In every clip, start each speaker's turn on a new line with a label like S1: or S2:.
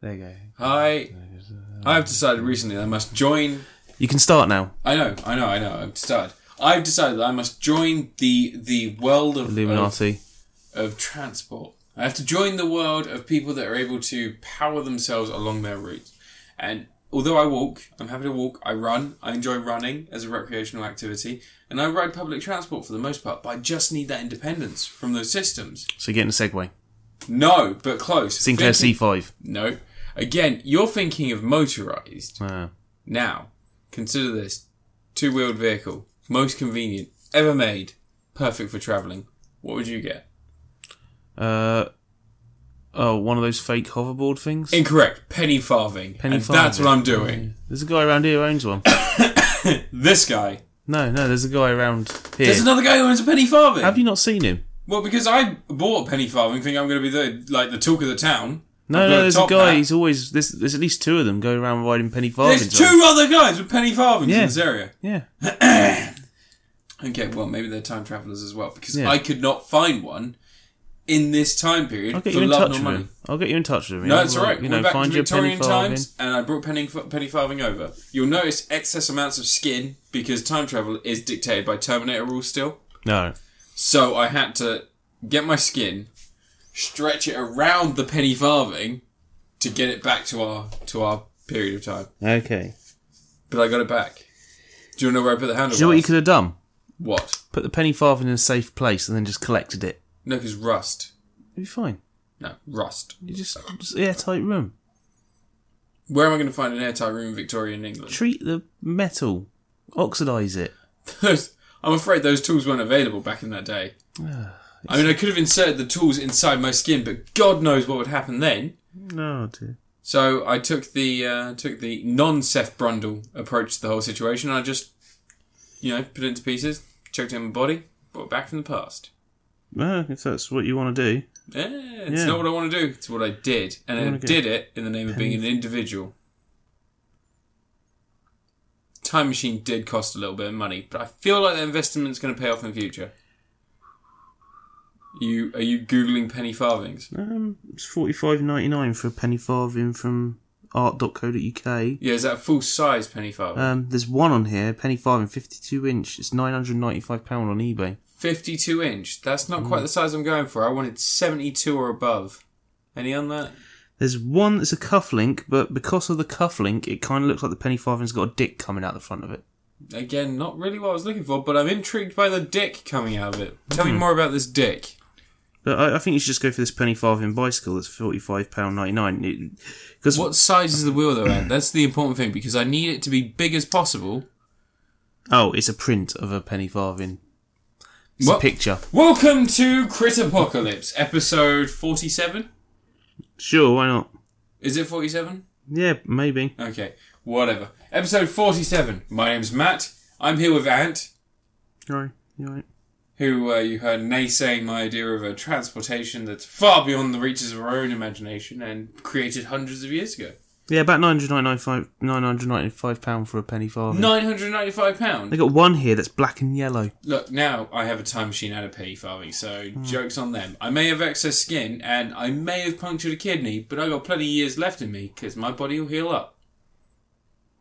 S1: There you go.
S2: Hi. I've decided recently I must join.
S1: You can start now.
S2: I know, I know, I know. I've decided. I've decided that I must join the the world of
S1: Illuminati.
S2: Oh. of, of transport. I have to join the world of people that are able to power themselves along their routes. And although I walk, I'm happy to walk. I run. I enjoy running as a recreational activity, and I ride public transport for the most part. But I just need that independence from those systems.
S1: So you're getting a Segway.
S2: No, but close.
S1: Sinclair
S2: Thinking-
S1: C5.
S2: No. Again, you're thinking of motorized.
S1: Ah.
S2: Now, consider this two wheeled vehicle, most convenient ever made, perfect for traveling. What would you get?
S1: Uh, oh, one of those fake hoverboard things.
S2: Incorrect, penny farthing.
S1: Penny
S2: and That's
S1: farthing.
S2: what I'm doing.
S1: There's a guy around here who owns one.
S2: This guy.
S1: No, no, there's a guy around here.
S2: There's another guy who owns a penny farthing.
S1: Have you not seen him?
S2: Well, because I bought a penny farthing, thinking I'm going to be the like the talk of the town.
S1: No,
S2: I've got
S1: no, there's a
S2: top
S1: guy.
S2: hat.
S1: He's always there's, there's at least two of them going around riding penny
S2: There's
S1: farthings.
S2: two other guys with penny farthings
S1: Yeah.
S2: in this area.
S1: Yeah,
S2: Okay, well, maybe they're time travelers as well, because
S1: Yeah.
S2: I could not find one in this time period
S1: I'll get
S2: for
S1: you in
S2: love
S1: touch
S2: nor
S1: with
S2: money.
S1: him. I'll get you in touch with him.
S2: No,
S1: yeah.
S2: that's
S1: Well,
S2: all right.
S1: You
S2: We're
S1: know,
S2: back
S1: find
S2: to
S1: your penny
S2: Victorian
S1: farthing.
S2: times, and I brought penny, penny farthing over. You'll notice excess amounts of skin because time travel is dictated by Terminator rules still.
S1: No,
S2: So I had to get my skin, stretch it around the penny farthing to get it back to our to our period of time.
S1: okay.
S2: But I got it back. Do you know where I put the handle?
S1: Do you know what you could have done?
S2: What?
S1: Put the penny farthing in a safe place and then just collected it.
S2: No, because rust.
S1: It'd be fine.
S2: No, rust.
S1: You just, just airtight room.
S2: Where am I going to find an airtight room in Victorian England?
S1: Treat the metal, oxidize it.
S2: Those, I'm afraid those tools weren't available back in that day. I mean, I could have inserted the tools inside my skin, but God knows what would happen then.
S1: No, dear.
S2: So I took the uh, took the non Seth Brundle approach to the whole situation. I just, you know, put it into pieces, chucked it in my body, brought it back from the past.
S1: Well, if that's what you want to do.
S2: Eh, it's
S1: Yeah.
S2: not what I want to do. It's what I did, and
S1: You
S2: I
S1: wanna get-
S2: did it in the name of being an individual. Time machine did cost a little bit of money, but I feel like the investment's going to pay off in the future. You are you googling penny farthings?
S1: Um, it's forty five ninety nine for a penny farthing from art.co.uk.
S2: Yeah, is that a full size penny farthing?
S1: Um, there's one on here, penny farthing, fifty two inch. It's nine hundred ninety five pound on eBay.
S2: 52 inch. That's
S1: Mm.
S2: not quite the size I'm going for. I wanted 72 or above. Any on that?
S1: There's one that's a cuff link, but because of the cuff link, it kind of looks like the penny farthing's got a dick coming out the front of it.
S2: Again, not really what I was looking for, but I'm intrigued by the dick coming out of it. Tell
S1: Hmm.
S2: me more about this dick.
S1: But I, I think you should just go for this penny farthing bicycle. That's forty five pound ninety nine. Because
S2: What size is the wheel though, Ant? That's the important thing because I need it to be big as possible.
S1: oh, it's a print of a penny farthing. It's
S2: What?
S1: a picture.
S2: Welcome to Crit Apocalypse, episode 47.
S1: Sure, why not?
S2: Is it 47?
S1: Yeah, maybe.
S2: Okay, whatever. Episode 47. My name's Matt. I'm here with Ant.
S1: All right, all right.
S2: who uh, you heard naysaying my idea of a transportation that's far beyond the reaches of our own imagination and created hundreds of years ago.
S1: Yeah, about nine hundred ninety five nine hundred ninety five pound for a penny farthing. They
S2: £995.
S1: got one here that's black and yellow.
S2: Look, now I have a time machine and a penny farthing, so
S1: Hmm.
S2: joke's on them. I may have excess skin and I may have punctured a kidney, but i got plenty of years left in me because my body will heal up.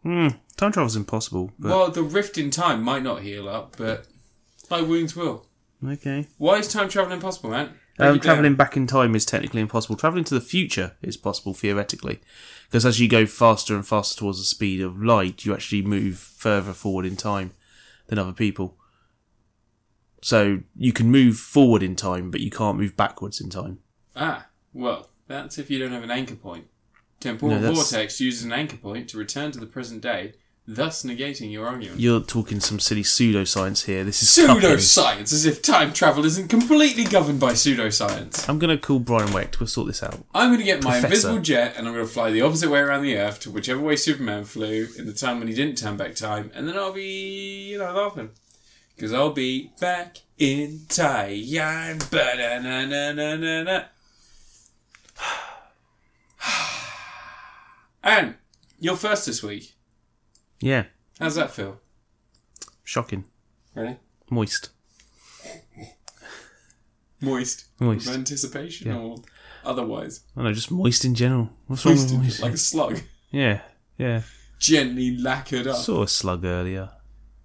S1: Hmm. Time travel's impossible. But
S2: Well, the rift in time might not heal up, but my wounds will.
S1: okay.
S2: Why is time travel impossible, man? Break
S1: Um,
S2: it down.
S1: traveling back in time is technically impossible. Traveling to the future is possible theoretically, because as you go faster and faster towards the speed of light, you actually move further forward in time than other people. So you can move forward in time, but you can't move backwards in time.
S2: Ah, well, that's if you don't have an anchor point. Temporal
S1: No, that's-
S2: vortex uses an anchor point to return to the present day, thus negating your argument.
S1: You're talking some silly pseudoscience here. This is cucking.
S2: Pseudoscience, as if time travel isn't completely governed by pseudoscience.
S1: I'm gonna call Brian Wecht. We'll sort this out.
S2: I'm going to get my
S1: Professor.
S2: invisible jet and I'm going to fly the opposite way around the Earth to whichever way Superman flew in the time when he didn't turn back time, and then I'll be, you know, laughing. Because I'll be back in time. Ba-da-na-na-na-na-na. And you're first this week.
S1: Yeah.
S2: How's that feel?
S1: Shocking.
S2: Ready?
S1: Moist.
S2: Moist.
S1: Moist.
S2: With anticipation or Otherwise,
S1: I don't know, just moist in general. What's wrong with moist?
S2: like a slug,
S1: yeah, yeah.
S2: gently lacquered up.
S1: Saw a slug earlier.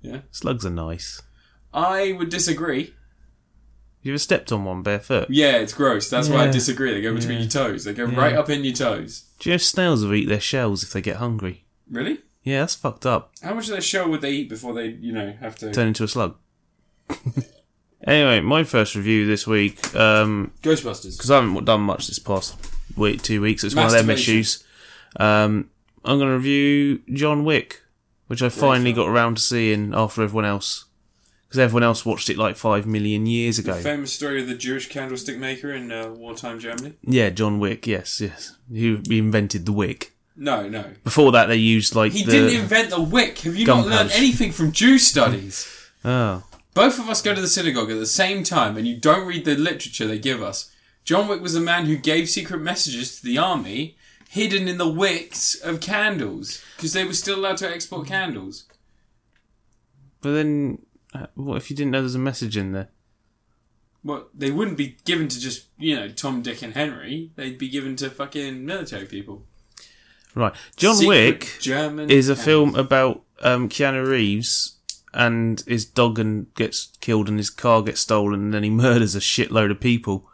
S2: Yeah.
S1: Slugs are nice.
S2: I would disagree.
S1: You ever stepped on one barefoot?
S2: Yeah, it's gross. That's why I
S1: Yeah.
S2: disagree. They go between
S1: Yeah.
S2: your toes. They go right up in your toes.
S1: Do you know snails will eat their shells if they get hungry?
S2: Really?
S1: Yeah, that's fucked up.
S2: How much of their shell would they eat before they, you know, have to
S1: Turn into a slug. anyway, my first review this week, um, because
S2: Ghostbusters?
S1: I haven't done much this past week, two weeks. It's one of them
S2: Masturbation.
S1: issues. Um, I'm going to review John Wick, which I finally got around to seeing after everyone else, because everyone else watched it like five million years ago.
S2: Famous story of the Jewish candlestick maker in uh, wartime Germany.
S1: Yeah, John Wick. Yes, yes. He he invented the wick.
S2: No, no,
S1: Before that, they used like
S2: he
S1: the.
S2: didn't invent the wick. Have you
S1: Gun
S2: not learned
S1: punch.
S2: anything from Jew studies?
S1: oh,
S2: Both of us go to the synagogue at the same time, and you don't read the literature they give us. John Wick was a man who gave secret messages to the army, hidden in the wicks of candles, because they were still allowed to export candles.
S1: but then uh, what if you didn't know there's a message in there?
S2: Well, they wouldn't be given to just you know Tom, Dick, and Henry. They'd be given to fucking military people.
S1: Right, John
S2: Secret
S1: Wick
S2: German
S1: is a
S2: candles.
S1: film about um, Keanu Reeves and his dog and gets killed and his car gets stolen and then he murders a shitload of people.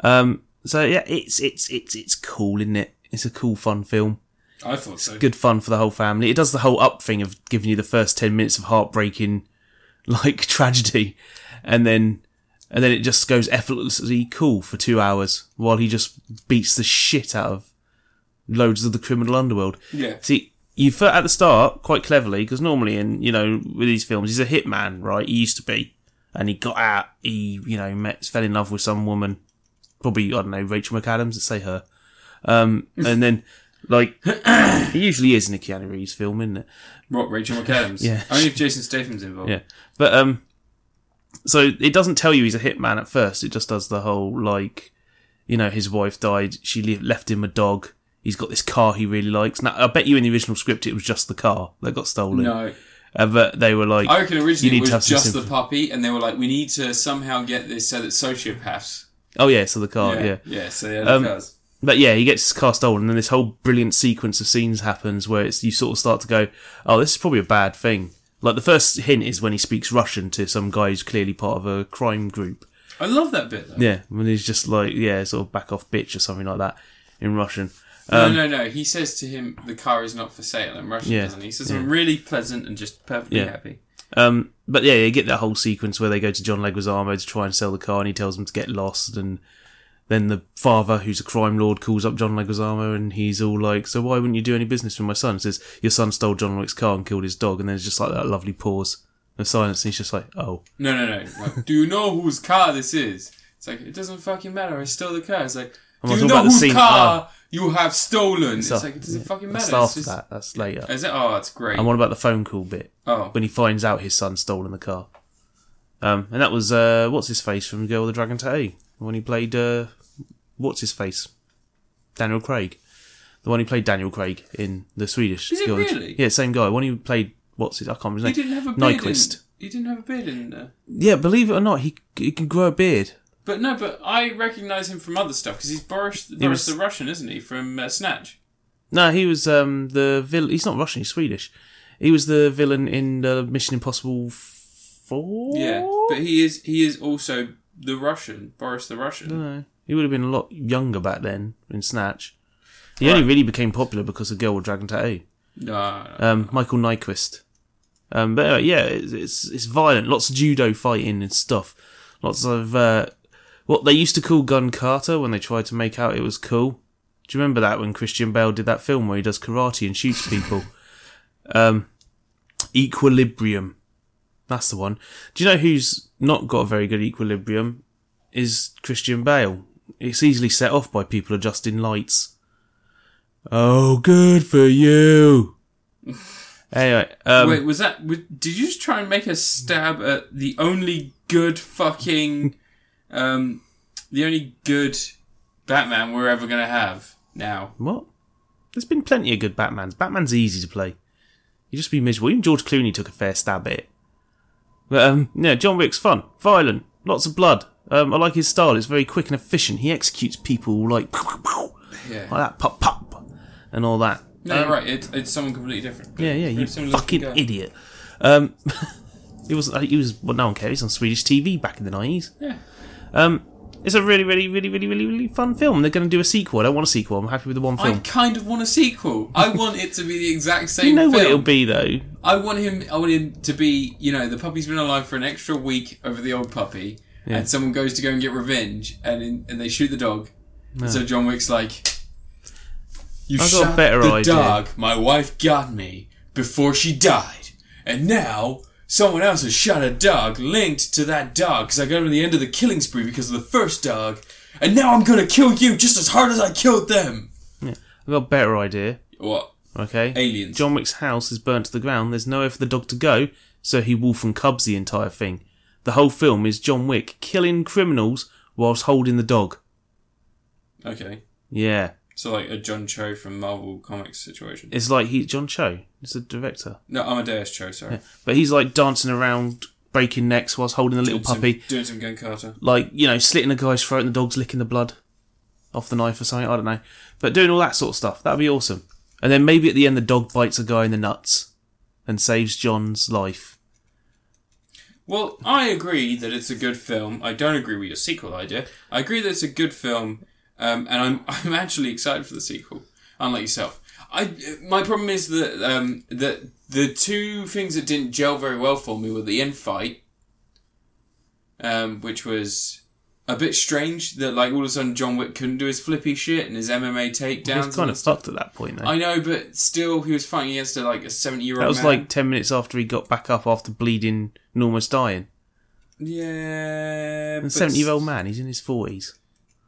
S1: Um, so yeah, it's it's it's it's cool, isn't it? It's a cool, fun film.
S2: I thought so.
S1: good fun for the whole family. It does the whole up thing of giving you the first ten minutes of heartbreaking, like tragedy, and then and then it just goes effortlessly cool for two hours while he just beats the shit out of loads of the criminal underworld.
S2: Yeah.
S1: See, you fir- at the start quite cleverly because normally in you know with these films he's a hitman, right? He used to be, and he got out. He you know met fell in love with some woman, probably I don't know Rachel McAdams. Let's say her. Um, and then like he usually is in a Keanu Reeves film, isn't it?
S2: What Rachel McAdams?
S1: Yeah.
S2: Only if Jason Statham's involved.
S1: Yeah. But um so it doesn't tell you he's a hitman at first. It just does the whole like you know his wife died, she le- left him a dog. He's got this car he really likes. Now I bet you in the original script it was just the car that got stolen.
S2: No,
S1: Uh, but they were like
S2: I reckon originally
S1: need
S2: it
S1: to have
S2: was
S1: some
S2: just the
S1: sympathy.
S2: puppy, and they were like, "We need to somehow get this so that sociopaths."
S1: oh yeah, so the car, yeah.
S2: yeah. So yeah, um,
S1: But yeah, he gets his car stolen and then this whole brilliant sequence of scenes happens where it's you sort of start to go, "Oh, this is probably a bad thing." Like the first hint is when he speaks Russian to some guy who's clearly part of a crime group.
S2: I love that bit though.
S1: Yeah, when he's just like, yeah, sort of back off bitch or something like that in Russian.
S2: no, no, no. He says to him, "The car is not for sale." In Russian,
S1: um, Yeah.
S2: doesn't he? He says, "I'm really pleasant and just perfectly
S1: Yeah.
S2: happy."
S1: Um, but yeah, you get that whole sequence where they go to John Leguizamo to try and sell the car, and he tells them to get lost. And then the father, who's a crime lord, calls up John Leguizamo, and he's all like, "So why wouldn't you do any business with my son?" He says your son stole John Wick's car and killed his dog, and then it's just like that lovely pause and silence, and he's just like, "Oh,
S2: No, no, no. Like, Do you know whose car this is? It's like it doesn't fucking matter. I stole the car. It's like, do
S1: not
S2: you
S1: talking
S2: know
S1: about the
S2: whose
S1: scene. Oh.
S2: car you have stolen? It's,
S1: So-
S2: like it doesn't fucking matter.
S1: that's
S2: It's
S1: after
S2: just-
S1: that. That's later."
S2: Is it? Oh, that's great.
S1: And what about the phone call bit
S2: oh,
S1: when he finds out his son's stolen the car? Um, and that was uh, what's his face from Girl with the Dragon Tattoo when he played uh, what's his face, Daniel Craig, the one who played Daniel Craig in the Swedish.
S2: Is it
S1: Girl with-
S2: really?
S1: Yeah, same guy. When he played what's his, I can't remember.
S2: he
S1: His
S2: didn't have
S1: name.
S2: a beard. In,
S1: Nyquist.
S2: he didn't have a beard in there.
S1: Yeah, believe it or not, he he can grow a beard.
S2: But no, but I recognise him from other stuff because he's Boris,
S1: was-
S2: Boris the Russian, isn't he? From uh, Snatch.
S1: No, he was um, the villain. He's not Russian. He's Swedish. He was the villain in uh, Mission Impossible Four.
S2: Yeah, but he is he is also the Russian, Boris the Russian.
S1: No, he would have been a lot younger back then in Snatch. He only really became popular because of Girl with Dragon Tattoo.
S2: No, no, no.
S1: Um, Michael Nyquist. Um, but anyway, yeah, it's, it's it's violent. Lots of judo fighting and stuff. Lots of uh, what they used to call gun kata when they tried to make out it was cool. Do you remember that when Christian Bale did that film where he does karate and shoots people? um, equilibrium. That's the one. Do you know who's not got a very good equilibrium? Is Christian Bale. It's easily set off by people adjusting lights. Oh, good for you. anyway, um,
S2: Wait, was that? Was, did you just try and make a stab at the only good fucking, um, the only good Batman we're ever gonna have now?
S1: What? There's been plenty of good Batmans. Batman's easy to play. You just be miserable. Even George Clooney took a fair stab at it. But um, yeah, John Wick's fun, violent, lots of blood, Um, I like his style. It's very quick and efficient. He executes people like,
S2: Yeah.
S1: like that, pop, pop, and all that.
S2: No,
S1: Um,
S2: you're right. It, it's someone completely different.
S1: Yeah, yeah, you
S2: Very similar looking
S1: fucking
S2: guy.
S1: idiot. Um, he was, uh, he was. Well, no one cares. He's on Swedish TV back in the nineties.
S2: Yeah.
S1: Um, it's a really, really, really, really, really, really fun film. They're going to do a sequel. I don't want a sequel. I'm happy with the one
S2: I
S1: film.
S2: kind of want a sequel. I want it to be the exact same
S1: you know what
S2: film.
S1: it'll be though.
S2: I want him. I want him to be. You know, the puppy's been alive for an extra week over the old puppy, and someone goes to go and get revenge, and in, and they shoot the dog. And so John Wick's like, "You
S1: I've got a
S2: shot
S1: better
S2: the
S1: idea."
S2: dog. My wife got me before she died, and now." Someone else has shot a dog linked to that dog because I got him at the end of the killing spree because of the first dog, and now I'm gonna kill you just as hard as I killed them.
S1: I've got a better idea.
S2: What?
S1: Okay.
S2: Aliens.
S1: John Wick's house is burnt to the ground. There's nowhere for the dog to go, so he wolf and cubs the entire thing. The whole film is John Wick killing criminals whilst holding the dog.
S2: Okay.
S1: Yeah,
S2: So like a John Cho from Marvel Comics situation.
S1: it's like he John Cho. He's the director,
S2: No, Amadeus Cho, sorry.
S1: but he's like dancing around, breaking necks whilst holding the little
S2: Some-
S1: puppy,
S2: doing some Gun Carter.
S1: like you know, slitting a guy's throat and the dog's licking the blood off the knife or something. I don't know, but doing all that sort of stuff that'd be awesome. And then maybe at the end, the dog bites a guy in the nuts and saves John's life.
S2: Well, I agree that it's a good film. I don't agree with your sequel idea. I agree that it's a good film, um, and I'm I'm actually excited for the sequel. Unlike yourself, I my problem is that um, that the two things that didn't gel very well for me were the end fight, um, which was. A bit strange that like all of a sudden John Wick couldn't do his flippy shit and his MMA
S1: He
S2: takedowns.
S1: was kind of fucked at that point, though.
S2: I know, but still, he was fighting against a, like a seventy-year-old.
S1: That was
S2: man.
S1: like 10 minutes after he got back up after bleeding and almost dying.
S2: yeah,
S1: And 70 year old man, he's in his 40s,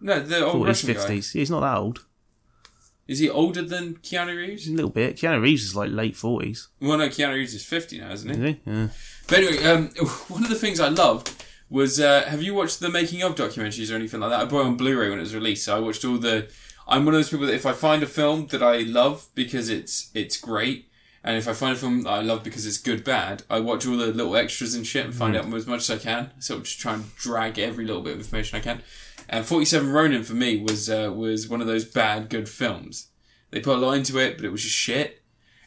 S2: No, the old
S1: 40s,
S2: Russian guy.
S1: 50s. He's not that old.
S2: Is he older than Keanu Reeves?
S1: A little bit. Keanu Reeves is like late 40s,
S2: Well, no, Keanu Reeves is fifty now, isn't he?
S1: isn't he? Yeah.
S2: But anyway, um, one of the things I loved was uh, have you watched the making of documentaries or anything like that? I bought it on Blu-ray when it was released, so I watched all the. I'm one of those people that if I find a film that I love because it's it's great, and if I find a film that I love because it's good bad, I watch all the little extras and shit and find
S1: Hmm.
S2: out as much as I can. So just try and drag every little bit of information I can. And Forty Seven Ronin for me was uh, was one of those bad good films. They put a lot into it, but it was just shit.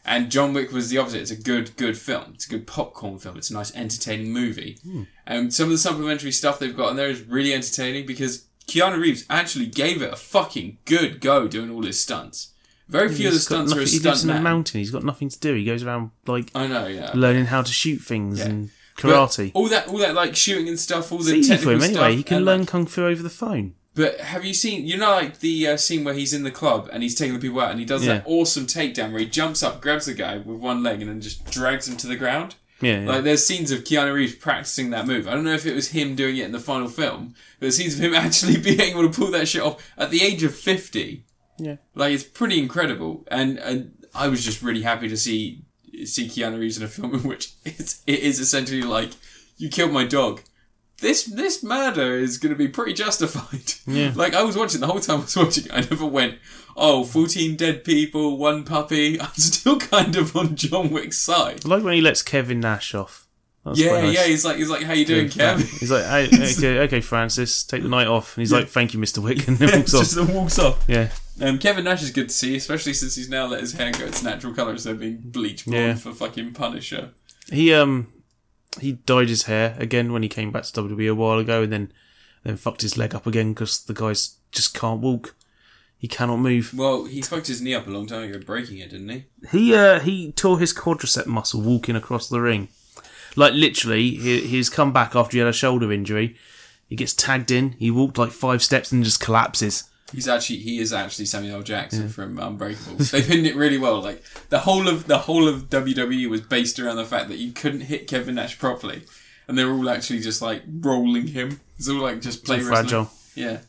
S2: And John Wick was the opposite. It's a good, good film. It's a good popcorn film. It's a nice, entertaining movie.
S1: Hmm.
S2: And some of the supplementary stuff they've got in there is really entertaining because Keanu Reeves actually gave it a fucking good go doing all his stunts. Very few of the
S1: He's got
S2: stunts are a
S1: nothing- he lives
S2: stunt
S1: in a
S2: man.
S1: mountain. He's got nothing to do. He goes around, like,
S2: I know, yeah.
S1: learning how to shoot things
S2: Yeah.
S1: and
S2: But
S1: karate.
S2: all that, all that like shooting and stuff. All the
S1: it's easy
S2: technical
S1: for him
S2: stuff.
S1: anyway. He can
S2: and,
S1: learn
S2: like-
S1: kung fu over the phone.
S2: but have you seen? You know, like the uh, scene where he's in the club and he's taking the people out, and he does
S1: Yeah.
S2: that awesome takedown where he jumps up, grabs the guy with one leg, and then just drags him to the ground.
S1: Yeah, yeah.
S2: Like there's scenes of Keanu Reeves practicing that move. I don't know if it was him doing it in the final film, but there's scenes of him actually being able to pull that shit off at the age of fifty.
S1: Yeah.
S2: like it's pretty incredible. And and I was just really happy to see see Keanu Reeves in a film in which it's it is essentially like you killed my dog. This this murder is going to be pretty justified.
S1: Yeah.
S2: Like I was watching the whole time I was watching, it, I never went, oh, 14 dead people, one puppy. I'm still kind of on John Wick's side.
S1: I like when he lets Kevin Nash off. That's
S2: Yeah,
S1: quite nice.
S2: yeah. He's like, he's like, how you doing, Kev?
S1: He's like, hey, okay, okay, Francis, take the night off. And he's like, thank you, Mr. Wick. And then walks off.
S2: Just walks off.
S1: Yeah.
S2: Um, Kevin Nash is good to see, especially since he's now let his hair go its natural colour instead of being bleach blonde
S1: Yeah.
S2: for fucking Punisher.
S1: He um he dyed his hair again when he came back to WWE a while ago, and then then fucked his leg up again because the guy's just can't walk. He cannot move.
S2: Well, he fucked his knee up a long time ago, breaking it, didn't he?
S1: He uh he tore his quadricep muscle walking across the ring. Like literally, he, he's come back after he had a shoulder injury. He gets tagged in. He walked like five steps and just collapses.
S2: He's actually he is actually Samuel L. Jackson from Unbreakable. They pinned it really well. Like the whole of the whole of WWE was based around the fact that you couldn't hit Kevin Nash properly, and they were all actually just like rolling him. It's all like just play wrestling.
S1: Fragile.
S2: Yeah.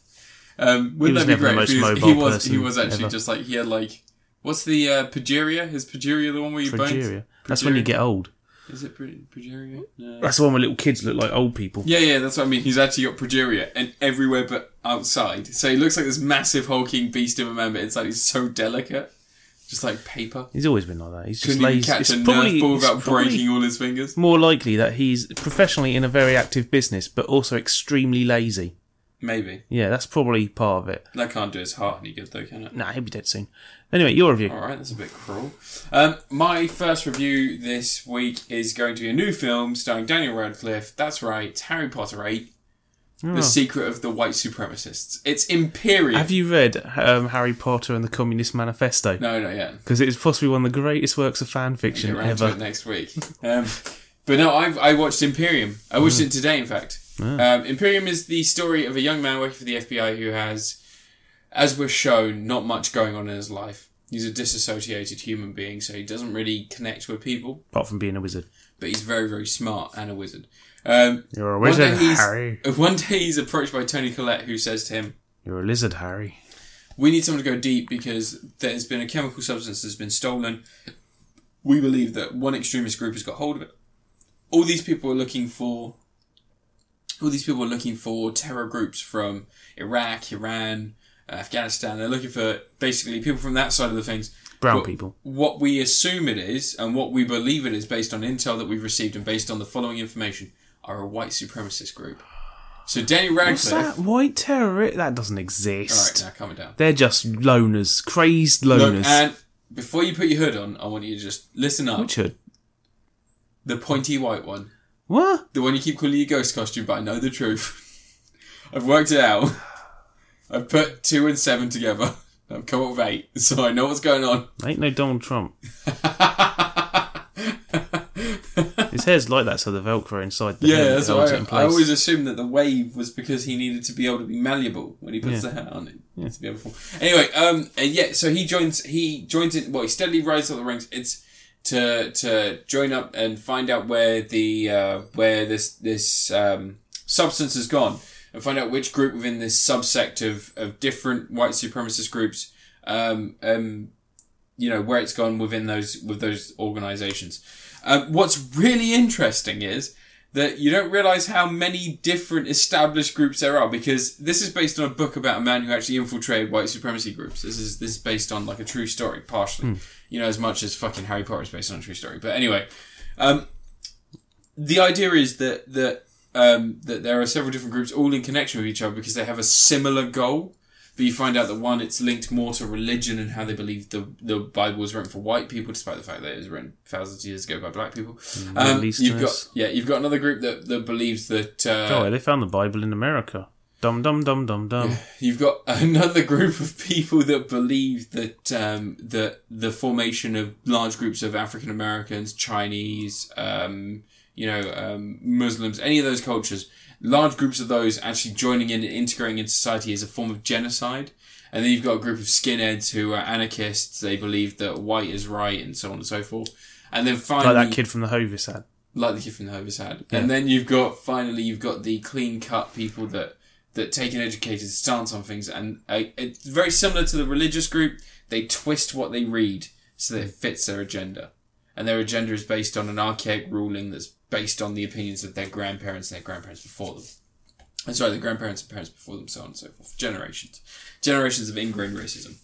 S2: Um,
S1: was
S2: wouldn't that be
S1: never the
S2: great?
S1: most
S2: if he was,
S1: mobile
S2: he was, he
S1: person
S2: was actually
S1: ever.
S2: just like he had like what's the uh, progeria? Is progeria the one where you bones?
S1: Progeria. That's when you
S2: Progeria.
S1: get old.
S2: Is it pro- progeria? No.
S1: That's the one where little kids look like old people.
S2: Yeah, yeah, that's what I mean. He's actually got progeria and everywhere but outside. So he looks like this massive hulking beast of a man, but inside he's so delicate. Just Just like paper.
S1: He's always been like that. He's just
S2: Couldn't even
S1: lazy.
S2: catch
S1: It's
S2: a
S1: probably,
S2: nerf ball
S1: it's
S2: without
S1: probably
S2: breaking all his fingers.
S1: more likely that he's professionally in a very active business, but also extremely lazy.
S2: Maybe.
S1: Yeah, that's probably part of it.
S2: That can't do his heart any good though, can it?
S1: Nah, he'll be dead soon. Anyway, your review.
S2: All right, that's a bit cruel. Um, my first review this week is going to be a new film starring Daniel Radcliffe. That's right, Harry Potter 8, The Secret of the White Supremacists. It's Imperial.
S1: Oh. Have you read um, Harry Potter and the Communist Manifesto?
S2: no, not yet.
S1: Because it is possibly one of the greatest works of fan
S2: Get
S1: fiction
S2: around to
S1: ever.
S2: it next week. Um, but no, I've, I watched Imperium. I watched
S1: Mm.
S2: it today, in fact. Um, Imperium is the story of a young man working for the FBI who has, as we're shown, not much going on in his life. He's a disassociated human being, so he doesn't really connect with people.
S1: Apart from being a wizard.
S2: but he's very, very smart and a wizard. Um,
S1: You're a
S2: one,
S1: wizard,
S2: day he's,
S1: Harry.
S2: one day he's approached by Tony Collette, who says to him,
S1: You're a lizard, Harry.
S2: We need someone to go deep because there's been a chemical substance that's been stolen. We believe that one extremist group has got hold of it. All these people are looking for. All these people are looking for terror groups from Iraq, Iran, Afghanistan. They're looking for basically people from that side of the things.
S1: Brown
S2: But-
S1: people.
S2: what we assume it is and what we believe it is based on intel that we've received and based on the following information are a white supremacist group. So Daniel
S1: What's
S2: Radcliffe.
S1: that? White terrorist? That doesn't
S2: All
S1: exist.
S2: right, now calm it down.
S1: They're just loners. Crazed loners.
S2: Look, and before you put your hood on, I want you to just listen up.
S1: Which hood?
S2: The pointy white one,
S1: What?
S2: the one you keep calling your ghost costume, but I know the truth. I've worked it out. I've put two and seven together. I've come up with eight, so I know what's going on.
S1: Ain't no Donald Trump. His hair's like that, so the Velcro inside the hair
S2: Yeah, that's
S1: holds
S2: why
S1: it in
S2: I, I
S1: place.
S2: always assumed that the wave was because he needed to be able to be malleable when he puts the hat on it. To be able to fall. Anyway, um, and yeah, so he joins. He joins it. Well, he steadily rises up the ranks. It's to to join up and find out where the uh, where this this um, substance has gone, and find out which group within this subsect of of different white supremacist groups. Um, um, you know where it's gone within those with those organizations. Um, what's really interesting is that you don't realize how many different established groups there are because this is based on a book about a man who actually infiltrated white supremacy groups. This is this is based on like a true story, partially. You know, as much as fucking Harry Potter is based on a true story. But anyway, um, the idea is that that um, that there are several different groups all in connection with each other because they have a similar goal. But you find out that one, it's linked more to religion and how they believe the the Bible was written for white people, despite the fact that it was written thousands of years ago by black people. Um,
S1: Middle
S2: you've
S1: Easterners.
S2: got yeah, you've got another group that, that believes that
S1: Oh,
S2: uh,
S1: yeah, they found the Bible in America. Dum dum dum dum dum.
S2: you've got another group of people that believe that um, that the formation of large groups of African Americans, Chinese, um, you know, um, Muslims, any of those cultures, large groups of those actually joining in and integrating into society is a form of genocide. And then you've got a group of skinheads who are anarchists. They believe that white is right, and so on and so forth. And then finally,
S1: Like that kid from the Hovis ad.
S2: like the kid from the Hovis had. And then you've got finally you've got the clean cut people that that take an educated stance on things, and uh, it's very similar to the religious group. They twist what they read so that it fits their agenda, and their agenda is based on an archaic ruling that's based on the opinions of their grandparents and their grandparents before them. And sorry, their grandparents and parents before them, so on and so forth. Generations, generations of ingrained racism,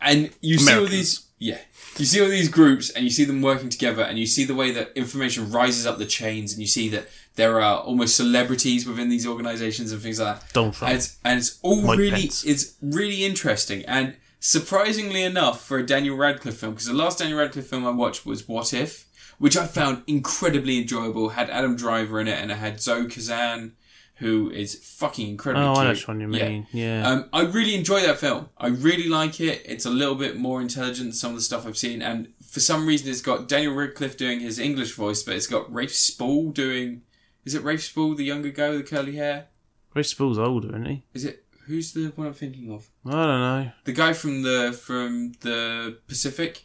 S2: and you see all
S1: Americans.
S2: these yeah. You see all these groups and you see them working together and you see the way that information rises up the chains and you see that there are almost celebrities within these organizations and things like that.
S1: Donald Trump.
S2: And it's, and it's all
S1: Mike
S2: really,
S1: Pence.
S2: it's really interesting and surprisingly enough for a Daniel Radcliffe film, because the last Daniel Radcliffe film I watched was What If, which I found incredibly enjoyable, had Adam Driver in it and it had Zoe Kazan, who is fucking incredibly
S1: Oh,
S2: cute.
S1: I know which one you
S2: Yeah.
S1: mean. Yeah.
S2: Um, I really enjoy that film. I really like it. It's a little bit more intelligent than some of the stuff I've seen, and for some reason, it's got Daniel Radcliffe doing his English voice, but it's got Rafe Spall doing. Is it Rafe Spall, the younger guy with the curly hair?
S1: Chris Paul's older, isn't he?
S2: Is it who's the one I'm thinking of?
S1: I don't know.
S2: The guy from the from the Pacific.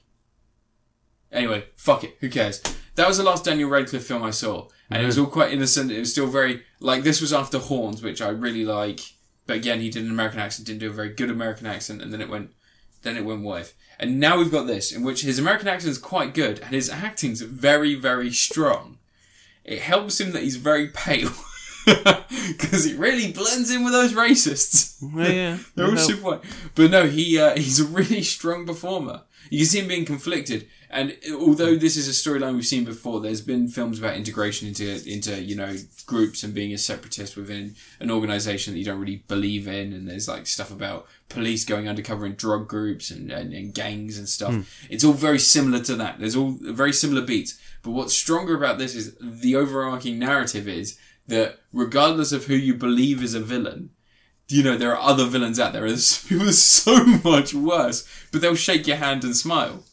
S2: Anyway, fuck it. Who cares? That was the last Daniel Radcliffe film I saw, and it was all quite innocent. It was still very like this was after Horns, which I really like. But again, he did an American accent, didn't do a very good American accent, and then it went, then it went what if? And now we've got this, in which his American accent is quite good, and his acting's very, very strong. It helps him that he's very pale, because it really blends in with those racists.
S1: Yeah, yeah.
S2: They're all
S1: No.
S2: super white. But no, he uh, he's a really strong performer. You can see him being conflicted. And although this is a storyline we've seen before, there's been films about integration into into you know groups and being a separatist within an organization that you don't really believe in. And there's like stuff about police going undercover in drug groups and, and, and gangs and stuff. It's all very similar to that. There's all very similar beats. But what's stronger about this is the overarching narrative is that regardless of who you believe is a villain, you know, there are other villains out there. There's people are so much worse, but they'll shake your hand and smile.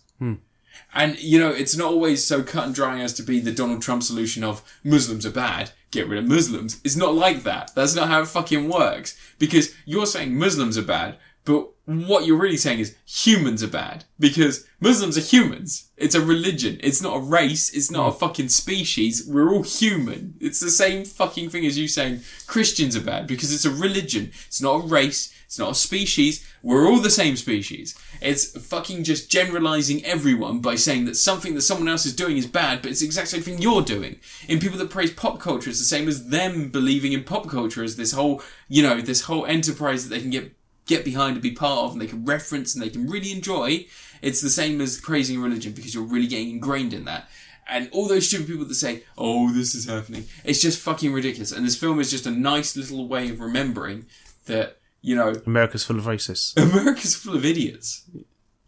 S2: And, you know, it's not always so cut and dry as to be the Donald Trump solution of Muslims are bad, get rid of Muslims. It's not like that. That's not how it fucking works. Because you're saying Muslims are bad, but what you're really saying is humans are bad. Because Muslims are humans. It's a religion. It's not a race. It's not a fucking species. We're all human. It's the same fucking thing as you saying Christians are bad because it's a religion. It's not a race. It's not a species. We're all the same species. It's fucking just generalizing everyone by saying that something that someone else is doing is bad, but it's the exact same thing you're doing. In people that praise pop culture, it's the same as them believing in pop culture as this whole, you know, this whole enterprise that they can get get behind and be part of, and they can reference and they can really enjoy. It's the same as praising religion because you're really getting ingrained in that. And all those stupid people that say, "Oh, this is happening," it's just fucking ridiculous. And this film is just a nice little way of remembering that you know
S1: America's full of racists.
S2: America's full of idiots.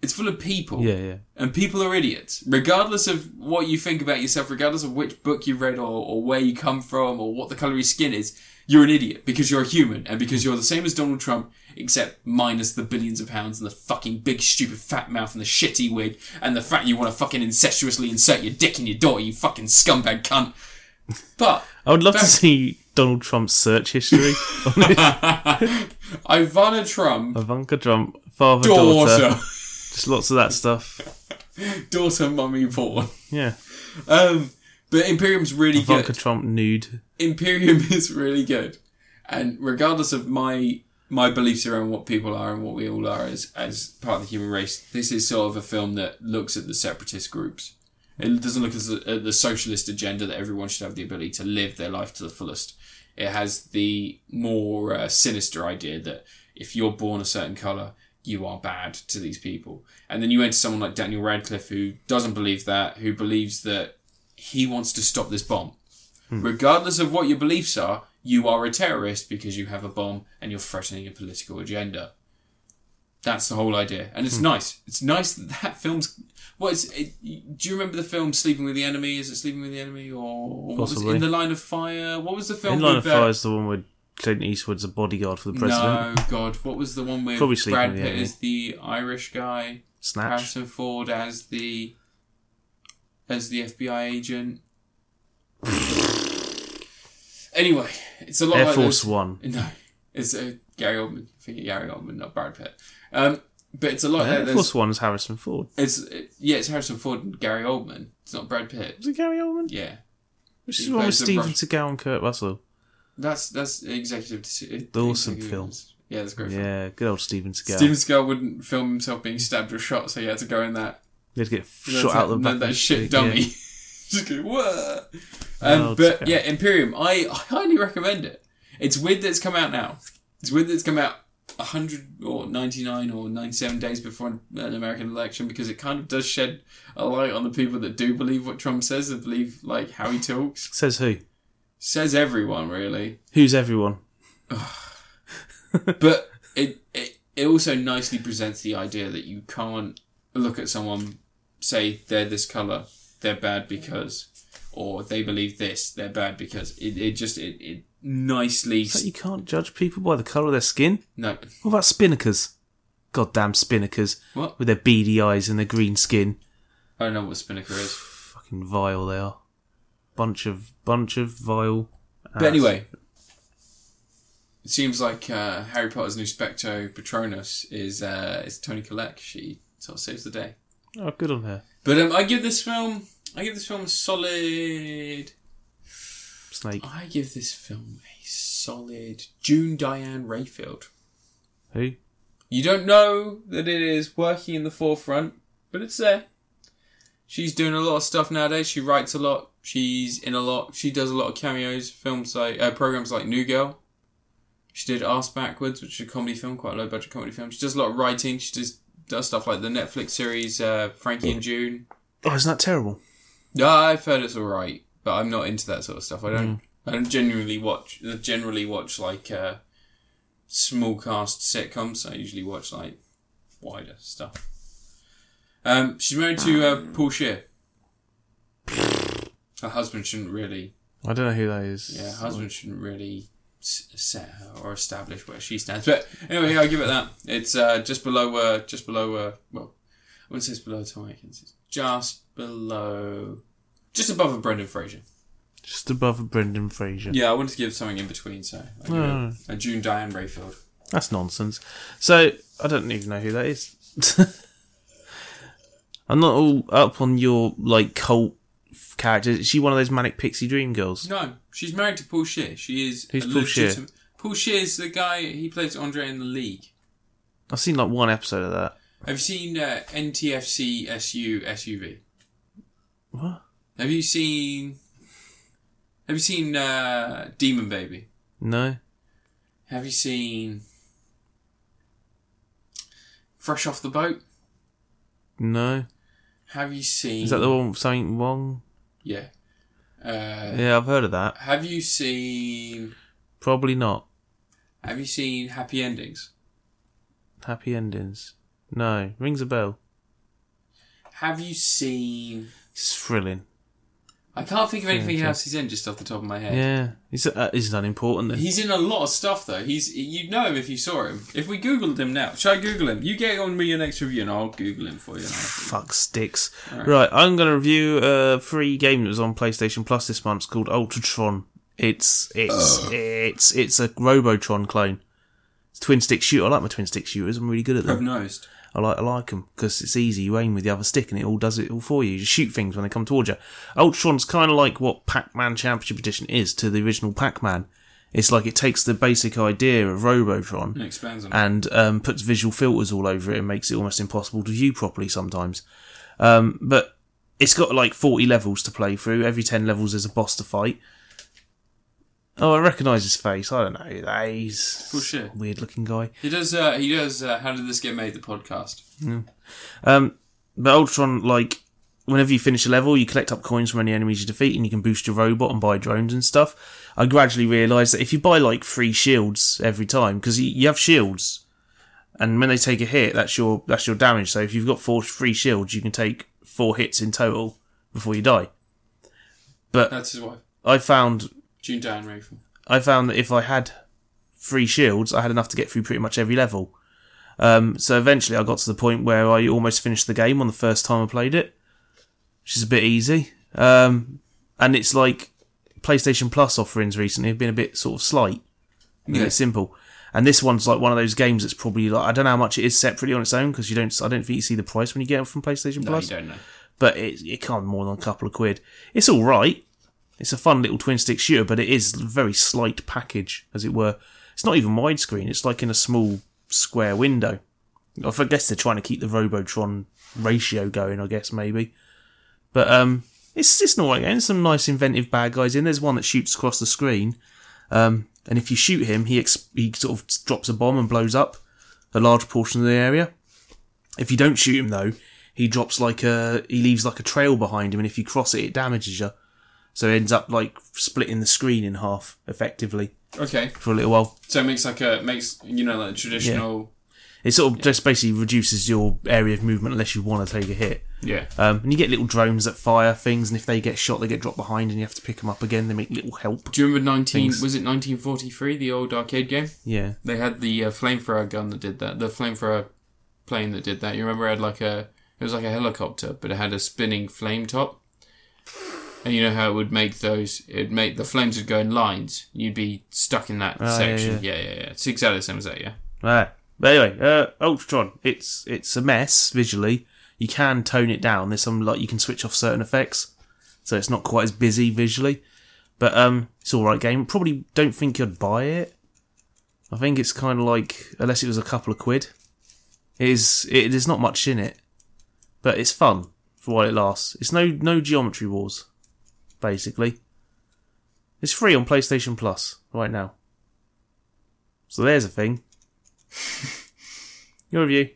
S2: It's full of people.
S1: Yeah, yeah.
S2: And people are idiots. Regardless of what you think about yourself, regardless of which book you read or, or where you come from or what the colour of your skin is, you're an idiot because you're a human and because you're the same as Donald Trump, except minus the billions of pounds and the fucking big stupid fat mouth and the shitty wig and the fact you want to fucking incestuously insert your dick in your daughter, you fucking scumbag cunt. But
S1: I would love to see Donald Trump's search history. on his-
S2: Ivana Trump,
S1: Ivanka Trump, father, daughter.
S2: daughter,
S1: Just lots of that stuff.
S2: daughter, mummy, porn.
S1: Yeah.
S2: Um, but Imperium's really good.
S1: Ivanka Trump nude.
S2: Imperium is really good, and regardless of my my beliefs around what people are and what we all are as as part of the human race, this is sort of a film that looks at the separatist groups. It doesn't look as the, at the socialist agenda that everyone should have the ability to live their life to the fullest. It has the more uh, sinister idea that if you're born a certain color, you are bad to these people. And then you enter someone like Daniel Radcliffe, who doesn't believe that, who believes that he wants to stop this bomb.
S1: Hmm.
S2: Regardless of what your beliefs are, you are a terrorist because you have a bomb and you're threatening a political agenda. That's the whole idea, and
S1: Hmm.
S2: it's nice. It's nice that that film's. What is it, do you remember the film Sleeping with the Enemy? Is it Sleeping with the Enemy or, or what was it,
S1: Possibly.
S2: In the Line of Fire? What was the film?
S1: In Line
S2: with
S1: of
S2: uh,
S1: Fire is the one where Clint Eastwood's a bodyguard for the president.
S2: No, God, what was the one with
S1: Probably Sleeping
S2: Brad
S1: with the
S2: Pitt
S1: Enemy.
S2: as the Irish guy,
S1: Snatch.
S2: Harrison Ford as the as the FBI agent? anyway, it's a lot
S1: Air
S2: like those-
S1: Force One.
S2: No, it's uh, Gary Oldman. I think it's Gary Oldman, not Brad Pitt. Um, but it's a lot.
S1: Air
S2: Like those-
S1: Force One is Harrison Ford.
S2: it's it- yeah, it's Harrison Ford and Gary Oldman. It's not Brad Pitt.
S1: Is it Gary Oldman?
S2: Yeah,
S1: Which
S2: He
S1: is the one with
S2: plays the
S1: Steven
S2: Russian-
S1: Seagal and Kurt Russell.
S2: that's that's executive. Deci-
S1: awesome
S2: executive-
S1: film.
S2: Yeah, that's a great. film.
S1: Yeah, good old Steven Seagal.
S2: Steven Seagal wouldn't film himself being stabbed or shot, so he had to go in that
S1: He had to get
S2: you know,
S1: shot out the
S2: that,
S1: back. of
S2: that
S1: his
S2: shit
S1: head,
S2: dummy.
S1: yeah.
S2: Just go, "Whoa." Um,
S1: Oh,
S2: but
S1: okay.
S2: yeah, Imperium. I, I highly recommend it. It's weird that it's come out now. It's weird that it's come out 100 or 99 or 97 days before an American election because it kind of does shed a light on the people that do believe what Trump says and believe like how he talks.
S1: Says who?
S2: Says everyone really,
S1: Who's everyone?
S2: but it it it also nicely presents the idea that you can't look at someone say they're this color they're bad because or they believe this they're bad because it, it just it, it nicely
S1: It's like you can't judge people by the colour of their skin.
S2: no
S1: What about spinnakers? Goddamn spinnakers
S2: what
S1: with their beady eyes and their green skin.
S2: i don't know what spinnaker is
S1: Fucking vile they are. Bunch of bunch of vile.
S2: but anyway it seems like uh, harry potter's new specto patronus is uh is tony collette she sort of saves the day
S1: Oh, good on her.
S2: but um, i give this film i give this film a solid
S1: Snake.
S2: I give this film a solid June Diane Rayfield.
S1: Who?
S2: You don't know that it is working in the forefront, but it's there. She's doing a lot of stuff nowadays. She writes a lot. She's in a lot. She does a lot of cameos, films like uh, programs like New Girl. She did Ass Backwards, which is a comedy film, quite a low budget comedy film. She does a lot of writing. She just does stuff like the Netflix series uh, Frankie and June.
S1: Oh, isn't that terrible?
S2: No, I've heard it's all right, but I'm not into that sort of stuff. I don't. I don't genuinely watch. Generally watch like uh, small cast sitcoms. I usually watch like wider stuff. Um, she's married to uh, Paul Shear. Her husband shouldn't really.
S1: I don't know who that is.
S2: Yeah, her husband shouldn't really s- set her or establish where she stands. But anyway, I'll give it that. It's uh, just below. Uh, just below. Uh, well, I wouldn't say it's below Tom Atkins. It's just below. Just above of Brendan Fraser.
S1: Just above Brendan Fraser.
S2: Yeah, I wanted to give something in between, so I give
S1: Hmm.
S2: it a June Diane Rayfield.
S1: That's nonsense. So I don't even know who that is. I'm not all up on your like cult f- characters. Is she one of those manic pixie dream girls?
S2: No, she's married to Paul Shear. She is.
S1: Who's
S2: a
S1: Paul Scheer?
S2: legitimate- Paul Shear's the guy he plays Andre in the League.
S1: I've seen like one episode of that.
S2: Have you seen uh, NTFC SU SUV?
S1: What?
S2: Have you seen? Have you seen uh, Demon Baby?
S1: No.
S2: Have you seen Fresh Off the Boat?
S1: No.
S2: Have you seen?
S1: Is that the one with something wrong?
S2: Yeah. Uh,
S1: Yeah, I've heard of that.
S2: Have you seen?
S1: Probably not.
S2: Have you seen Happy Endings?
S1: Happy endings. No. Rings a bell.
S2: Have you seen?
S1: It's thrilling.
S2: I can't think of anything else he's in just off the top of my head.
S1: Yeah. It's uh, it's unimportant then.
S2: He's in a lot of stuff though. He's you'd know him if you saw him. If we googled him now, shall I Google him? You get on me your next review, and I'll Google him for you.
S1: Fuck sticks. Right. I'm going to review a free game that was on PlayStation Plus this month. It's called Ultratron. It's it's it's it's a Robotron clone. It's a twin stick shooter. I like my twin stick shooters. I'm really good at
S2: I've
S1: them.
S2: nosed.
S1: I like I like them because it's easy. You aim with the other stick and it all does it all for you. You just shoot things when they come towards you. Ultratron's kind of like what Pac-Man Championship Edition is to the original Pac-Man. It's like it takes the basic idea of Robotron
S2: It expands on. it.
S1: and um, puts visual filters all over it and makes it almost impossible to view properly sometimes. Um, but it's got like 40 levels to play through. Every 10 levels there's a boss to fight. Oh, I recognise his face. I don't know who that is.
S2: Cool shit.
S1: Weird looking guy.
S2: He does. Uh, he does. Uh, How did this get made? The podcast.
S1: Um, but Ultron, like, whenever you finish a level, you collect up coins from any enemies you defeat, and you can boost your robot and buy drones and stuff. I gradually realised that if you buy like three shields every time, because you, you have shields, and when they take a hit, that's your that's your damage. So if you've got four three shields, you can take four hits in total before you die.
S2: That's his wife,
S1: I found
S2: June Diane Rayfield.
S1: I found that if I had three shields, I had enough to get through pretty much every level. Um, so eventually, I got to the point where I almost finished the game on the first time I played it, which is a bit easy. Um, and it's like PlayStation Plus offerings recently have been a bit sort of slight, and a
S2: Yeah.
S1: bit simple. And this one's like one of those games that's probably like I don't know how much it is separately on its own because you don't I don't think you see the price when you get it from PlayStation
S2: No, Oh, you
S1: Plus
S2: don't know.
S1: but it, it can't be more than a couple of quid. It's all right. It's a fun little twin stick shooter, but it is a very slight package, as it were. It's not even widescreen. It's like in a small square window. I guess they're trying to keep the Robotron ratio going. I guess maybe, but um, it's it's not right. There's some nice inventive bad guys in. There's one that shoots across the screen, um, and if you shoot him, he ex- he sort of drops a bomb and blows up a large portion of the area. If you don't shoot him though, he drops like a he leaves like a trail behind him, and if you cross it, it damages you. So it ends up like splitting the screen in half effectively
S2: Okay,
S1: for a little while.
S2: so it makes like a makes you know like a traditional.
S1: It sort of just basically reduces your area of movement unless you want to take a hit.
S2: Yeah.
S1: Um, and you get little drones that fire things, and if they get shot, they get dropped behind, and you have to pick them up again. They make little help.
S2: Do you remember nineteen? Was it nineteen forty three? The old arcade game.
S1: Yeah,
S2: They had the uh, flamethrower gun that did that. The flamethrower plane that did that. You remember it had like a it was like a helicopter, but it had a spinning flame top. And you know how it would make those? It'd make the flames would go in lines. You'd be stuck in that
S1: yeah,
S2: section. Oh, Yeah yeah. yeah, It's exactly the same as that. Yeah.
S1: Right. But anyway, uh, Ultratron, it's it's a mess visually. You can tone it down. There's some like you can switch off certain effects, so it's not quite as busy visually. But um, it's all right game. Probably don't think you'd buy it. I think it's kind of like unless it was a couple of quid. It is it, there's not much in it, but it's fun for while it lasts. It's no no geometry wars, basically. It's free on PlayStation Plus right now. So there's a thing. Your review.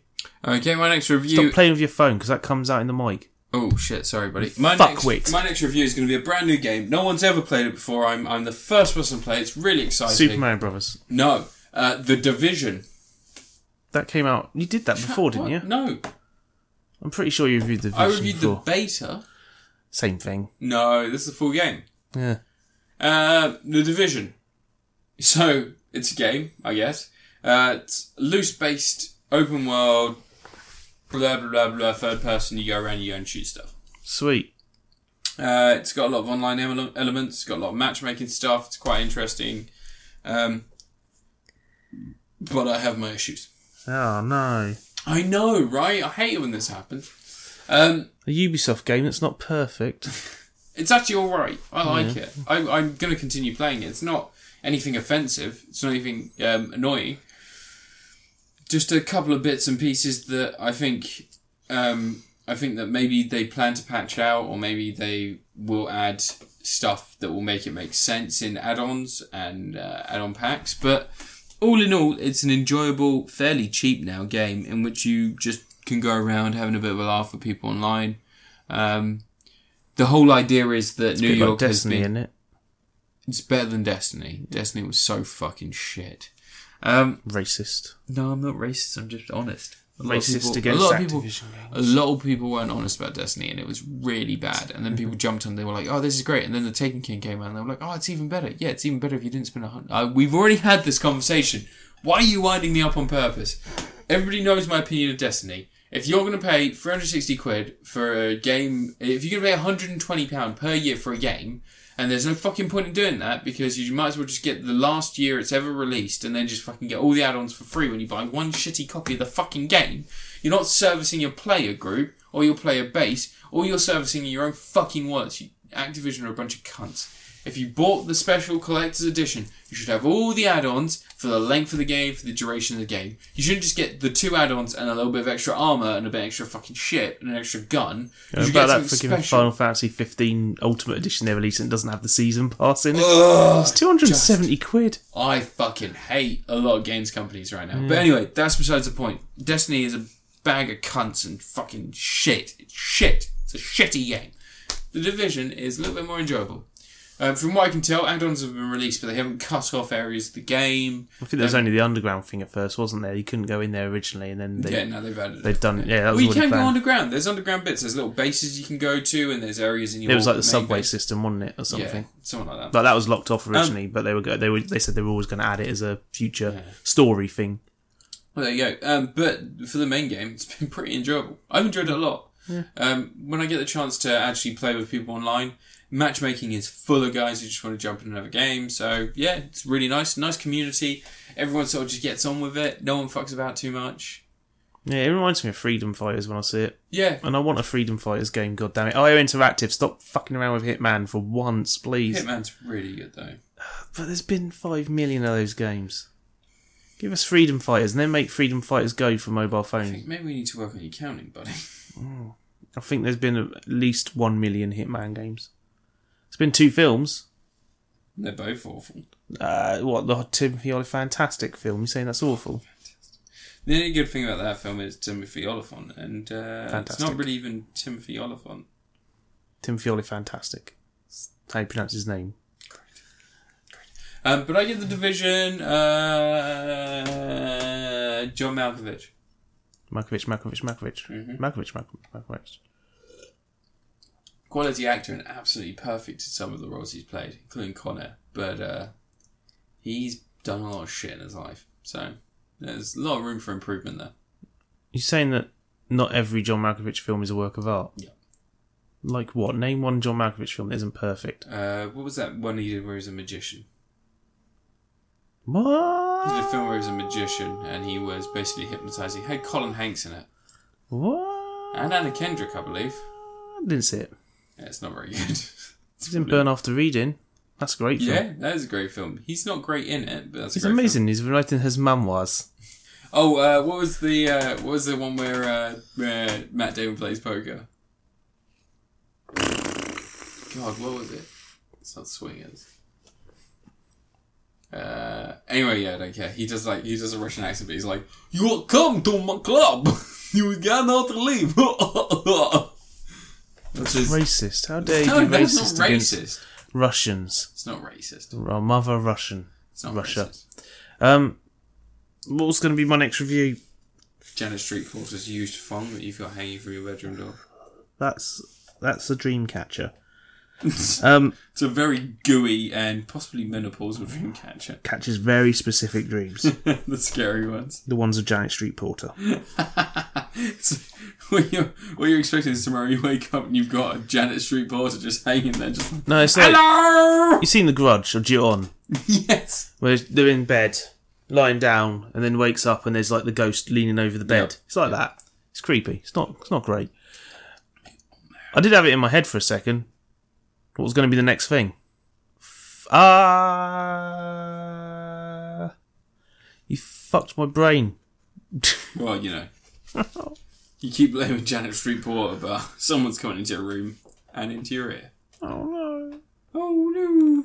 S2: Okay, my next review.
S1: Stop playing with your phone because that comes out in the mic.
S2: Oh shit! Sorry, buddy. My next,
S1: Fuckwit.
S2: My next review is going to be a brand new game. No one's ever played it before. I'm I'm the first person to play. it. It's really exciting.
S1: Superman Brothers.
S2: No, uh, the Division.
S1: That came out. You did that before, didn't
S2: What?
S1: you?
S2: No,
S1: I'm pretty sure you reviewed the
S2: I
S1: version
S2: reviewed
S1: before.
S2: the beta.
S1: Same thing.
S2: No, this is the full game.
S1: Yeah.
S2: Uh, the Division. So it's a game, I guess. Uh, it's loose based, open world, blah blah blah blah. Third person. You go around, you go and shoot stuff.
S1: Sweet.
S2: Uh, it's got a lot of online ele- elements. It's got a lot of matchmaking stuff. It's quite interesting. Um, but I have my issues.
S1: Oh no.
S2: I know, right? I hate it when this happens. Um,
S1: A Ubisoft game that's not perfect.
S2: it's actually all right. I like it. I, I'm going to continue playing it. It's not anything offensive. It's not anything um, annoying. Just a couple of bits and pieces that I think, um, I think that maybe they plan to patch out, or maybe they will add stuff that will make it make sense in add-ons and uh, add-on packs. But all in all, it's an enjoyable, fairly cheap now game in which you just can go around having a bit of a laugh with people online. Um, the whole idea is that New
S1: Bit like
S2: York has
S1: Destiny in
S2: been
S1: it.
S2: it's better than Destiny. Destiny was so fucking shit. Um,
S1: Racist.
S2: no, I'm not racist. I'm just honest. A lot of
S1: Racist
S2: people-
S1: against
S2: a lot of people,
S1: Activision games.
S2: A lot of people weren't honest about Destiny, and it was really bad. And
S1: Mm-hmm.
S2: then people jumped on. They were like, "Oh, this is great." And then the Taken King came out, and they were like, "Oh, it's even better. Yeah, it's even better if you didn't spend a hundred. Uh, we've already had this conversation. Why are you winding me up on purpose? Everybody knows my opinion of Destiny. If you're going to pay 360 quid for a game, if you're going to pay 120 pound per year for a game, and there's no fucking point in doing that because you might as well just get the last year it's ever released and then just fucking get all the add-ons for free when you buy one shitty copy of the fucking game. You're not servicing your player group or your player base, or you're servicing your own fucking wallets. You, Activision are a bunch of cunts. If you bought the special collector's edition, you should have all the add-ons for the length of the game, for the duration of the game. You shouldn't just get the two add-ons and a little bit of extra armor and a bit of extra fucking shit and an extra gun. You should
S1: about
S2: get
S1: that fucking
S2: something special.
S1: Final Fantasy 15 Ultimate Edition they released and it doesn't have the season pass in it.
S2: Ugh.
S1: it's 270 quid.
S2: I fucking hate a lot of games companies right now.
S1: Mm.
S2: But anyway, that's besides the point. Destiny is a bag of cunts and fucking shit. It's shit. It's a shitty game. The Division is a little bit more enjoyable. Um, from what I can tell, add-ons have been released, but they haven't cut off areas of the game.
S1: I think there was only the underground thing at first, wasn't there? You couldn't go in there originally and then they,
S2: yeah, now they've added.
S1: they've done. Yeah, that
S2: well,
S1: was
S2: you
S1: already
S2: can go
S1: planned.
S2: underground. There's underground bits. There's little bases you can go to, and there's areas in your.
S1: It was like the
S2: main
S1: subway
S2: base.
S1: system, wasn't it, or something?
S2: Yeah, something like that.
S1: Like that was locked
S2: Um,
S1: off originally, but they were go- they were they said they were always going to add it as a future story thing.
S2: Well, there you go. Um, but for the main game, it's been pretty enjoyable. I've enjoyed it a lot. Um, when I get the chance to actually play with people online, matchmaking is full of guys who just want to jump in another game. So yeah, it's really nice. Nice community. Everyone sort of just gets on with it. No one fucks about too much.
S1: Yeah, it reminds me of Freedom Fighters when I see it,
S2: Yeah.
S1: and I want a Freedom Fighters game. God damn it! IO Interactive, stop fucking around with Hitman for once, please.
S2: Hitman's really good though.
S1: But there's been five million of those games. Give us Freedom Fighters, and then make Freedom Fighters Go for mobile
S2: I
S1: phones.
S2: think maybe we need to work on your counting, buddy.
S1: I think there's been at least one million Hitman games. It's been two films.
S2: They're both awful.
S1: Uh, what the Timothy Olyphant fantastic film? You saying that's awful?
S2: The only good thing about that film is Timothy Oliphant, and uh, it's not
S1: Fantastic.
S2: really even Timothy Oliphant.
S1: Timothy Olyphant fantastic. That's how you pronounce his name?
S2: Um, but I give the division uh, John Malkovich.
S1: Makovic, Makovic, Makovic,
S2: Mm-hmm.
S1: Makovic, Makovic, Makovic.
S2: Quality actor and absolutely perfect in some of the roles he's played, including Connor. But uh, he's done a lot of shit in his life. So there's a lot of room for improvement there.
S1: You saying that not every John Malkovich film is a work of art?
S2: Yeah.
S1: Like what? Name one John Malkovich film that isn't perfect.
S2: Uh, what was that one he did where he was a magician? He did a
S1: What?
S2: film where he was a magician and he was basically hypnotizing. Had Colin Hanks in it.
S1: What?
S2: And Anna Kendrick, I believe.
S1: I didn't see it.
S2: Yeah, it's not very good.
S1: It's in Burn After Reading. That's a great. Film.
S2: yeah, that is a great film. He's not great in it, but that's a
S1: It's
S2: great film.
S1: amazing. He's writing his memoirs.
S2: Oh, uh, what was the uh, what was the one where uh, where Matt Damon plays poker? God, what was it? It's not swingers. Uh, anyway, yeah, I don't care. He does like he does a Russian accent, but he's like, "You will come to my club." You cannot leave. Which is
S1: Racist. How dare you
S2: no,
S1: be
S2: that's not
S1: racist against
S2: racist.
S1: Russians?
S2: It's not racist.
S1: Our mother Russian.
S2: It's not
S1: Russia.
S2: racist.
S1: Um, what was going to be my next review?
S2: Janet Street Forces used phone that you've got hanging from your bedroom door.
S1: That's that's a dream catcher. um,
S2: It's a very gooey and possibly menopausal dream catcher.
S1: catches very specific dreams.
S2: the scary ones.
S1: the ones of Janet Street Porter.
S2: It's- what, you're, what you're expecting is tomorrow you wake up and you've got a Janet Street Porter just hanging there, just like,
S1: No, it's like
S2: hello!
S1: you've seen The Grudge or Due On,
S2: yes.
S1: where they're in bed, lying down, and then wakes up and there's like the ghost leaning over the bed.
S2: Yeah.
S1: It's like that. It's creepy. It's not. It's not great. I did have it in my head for a second. What was going to be the next thing? F- Ah, you fucked my brain.
S2: Well, you know. You keep blaming Janet Street Porter, but someone's coming into your room and into your ear.
S1: Oh no!
S2: Oh no!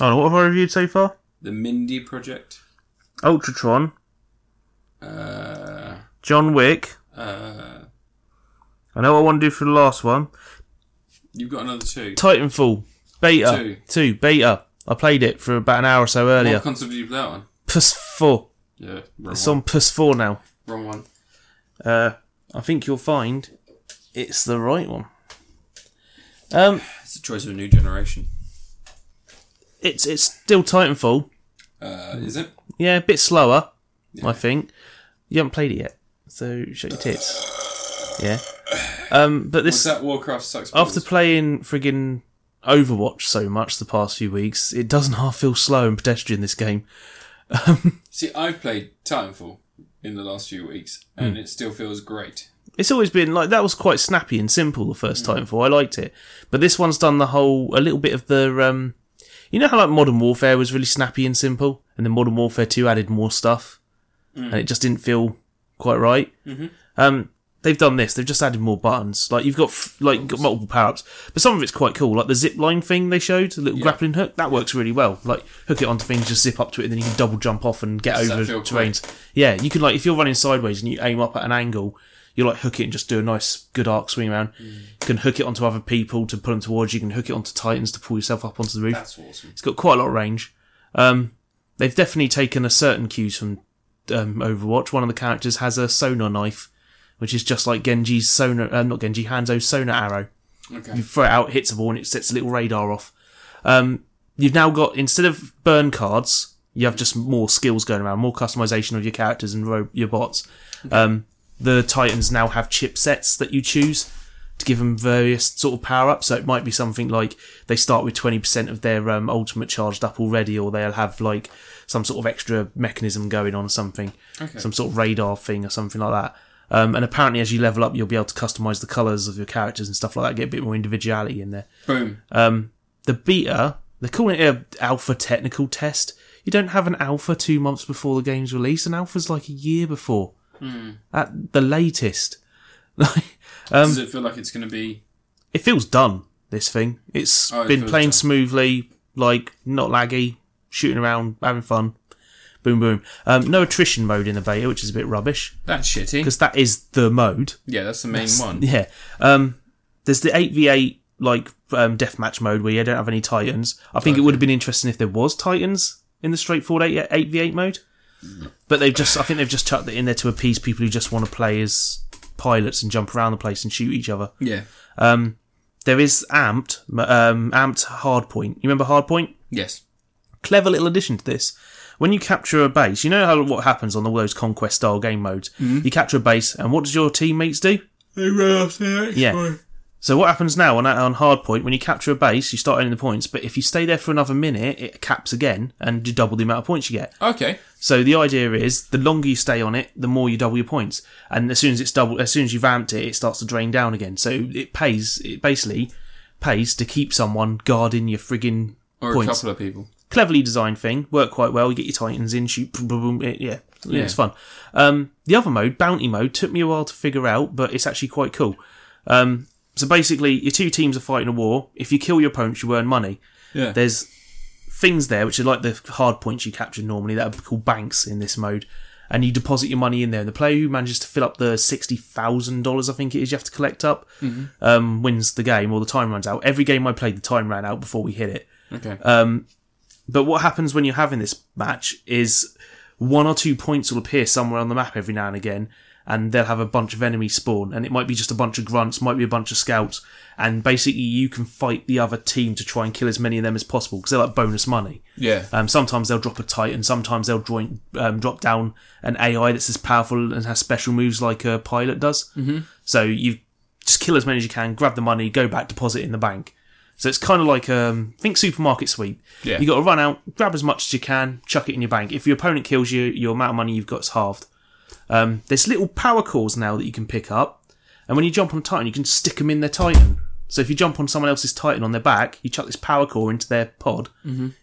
S1: Oh, no, what have I reviewed so far?
S2: The Mindy Project.
S1: Ultratron,
S2: Uh,
S1: John Wick.
S2: uh,
S1: I know what I want to do for the last one.
S2: you've got another two.
S1: Titanfall beta
S2: Two.
S1: two. beta. I played it for about an hour or so earlier.
S2: What console did you play that on?
S1: PUS four.
S2: Yeah, wrong
S1: It's
S2: one.
S1: on PUS four now.
S2: Wrong one.
S1: Uh, I think you'll find it's the right one. Um,
S2: It's the choice of a new generation.
S1: it's it's still Titanfall.
S2: Uh, is it?
S1: Yeah, a bit slower, I think. You haven't played it yet, so shut your tits. Yeah. Um, but
S2: Is
S1: this
S2: that Warcraft sucks?
S1: after
S2: balls?
S1: playing friggin' Overwatch so much the past few weeks, it doesn't half feel slow and pedestrian this game.
S2: see, I've played Titanfall in the last few weeks, and it still feels great.
S1: it's always been like that was quite snappy and simple the first
S2: Mm.
S1: time for I liked it, but this one's done the whole a little bit of the um, you know how like Modern Warfare was really snappy and simple, and then Modern Warfare Two added more stuff,
S2: Mm.
S1: and it just didn't feel quite right.
S2: Mm-hmm.
S1: Um, they've done this; they've just added more buttons. Like you've got f- like you've got multiple power ups, but some of it's quite cool. Like the zip line thing they showed, the little grappling hook that works really well. Like hook it onto things, just zip up to it, and then you can double jump off and get
S2: Does that
S1: over
S2: feel
S1: terrains. Yeah, you can like if you're running sideways and you aim up at an angle, you like hook it and just do a nice good arc swing around. You can hook it onto other people to pull them towards you. You can hook it onto titans to pull yourself up onto the roof.
S2: That's awesome.
S1: It's got quite a lot of range. Um, they've definitely taken a certain cues from um, Overwatch. One of the characters has a sonar knife, which is just like Genji's sonar, uh, not Genji, Hanzo's sonar arrow.
S2: Okay.
S1: You throw it out, it hits a wall, and it sets a little radar off. Um, you've now got instead of burn cards, you have just more skills going around, more customization of your characters and ro- your bots. Um, the Titans now have chipsets that you choose to give them various sort of power ups. So it might be something like they start with twenty percent of their um, ultimate charged up already, or they'll have like some sort of extra mechanism going on, or something,
S2: Okay.
S1: some sort of radar thing or something like that. Um, and apparently, as you level up, you'll be able to customize the colors of your characters and stuff like that, get a bit more individuality in there
S2: Boom.
S1: the beta, they're calling it a alpha technical test. You don't have an alpha two months before the game's release. An alpha's like a year before, at the latest. Like,
S2: Does it feel like it's going to be?
S1: it feels done. This thing, It's
S2: Oh, it
S1: been
S2: feels
S1: playing
S2: done.
S1: smoothly, like not laggy, shooting around, having fun. Boom, boom. Um, no attrition mode in the beta, which is a bit rubbish
S2: That's shitty.
S1: because that is the mode.
S2: Yeah, that's the main one.
S1: Yeah. Um, there's the 8v8 like um, deathmatch mode where you don't have any titans. I think it would have been interesting if there was titans in the straightforward 8, 8v8 mode. But they've just I think they've just chucked it in there to appease people who just want to play as pilots and jump around the place and shoot each other.
S2: Yeah.
S1: There is amped um, amped hardpoint. You remember hardpoint?
S2: Yes.
S1: clever little addition to this. When you capture a base, you know how what happens on all those conquest style game modes. You capture a base, and what does your teammates do?
S2: They ran off the next
S1: Yeah.
S2: one.
S1: So what happens now on on hardpoint when you capture a base, you start earning the points, but if you stay there for another minute, it caps again and you double the amount of points you get.
S2: Okay.
S1: So the idea is the longer you stay on it, the more you double your points. And as soon as it's double, as soon as you've amped it, it starts to drain down again. So it pays, it basically pays to keep someone guarding your friggin'
S2: Or a
S1: points
S2: couple of people.
S1: cleverly designed thing, work quite well. You get your titans in, shoot, boom, boom, boom, it- yeah, yeah,
S2: Yeah.
S1: it's fun. Um, the other mode, bounty mode, took me a while to figure out, but it's actually quite cool. Um, so basically, your two teams are fighting a war. If you kill your opponents, you earn money.
S2: Yeah.
S1: There's things there which are like the hard points you capture normally that are called banks in this mode, and you deposit your money in there. And the player who manages to fill up the sixty thousand dollars, I think it is, you have to collect up, um, wins the game or the time runs out. Every game I played, the time ran out before we hit it.
S2: Okay.
S1: But what happens when you're having this match is one or two points will appear somewhere on the map every now and again, and they'll have a bunch of enemies spawn, and it might be just a bunch of grunts, might be a bunch of scouts, and basically you can fight the other team to try and kill as many of them as possible because they're like bonus money.
S2: yeah.
S1: Um, sometimes they'll drop a Titan, sometimes they'll join, um, drop down an AI that's as powerful and has special moves like a pilot does. Mm-hmm. So you just kill as many as you can, grab the money, go back, deposit it in the bank. So it's kind of like um, think supermarket sweep.
S2: Yeah.
S1: You got to run out, grab as much as you can, chuck it in your bank. If your opponent kills you, your amount of money you've got is halved. Um, there's little power cores now that you can pick up, and when you jump on a Titan, you can stick them in their Titan. So if you jump on someone else's Titan on their back, you chuck this power core into their pod,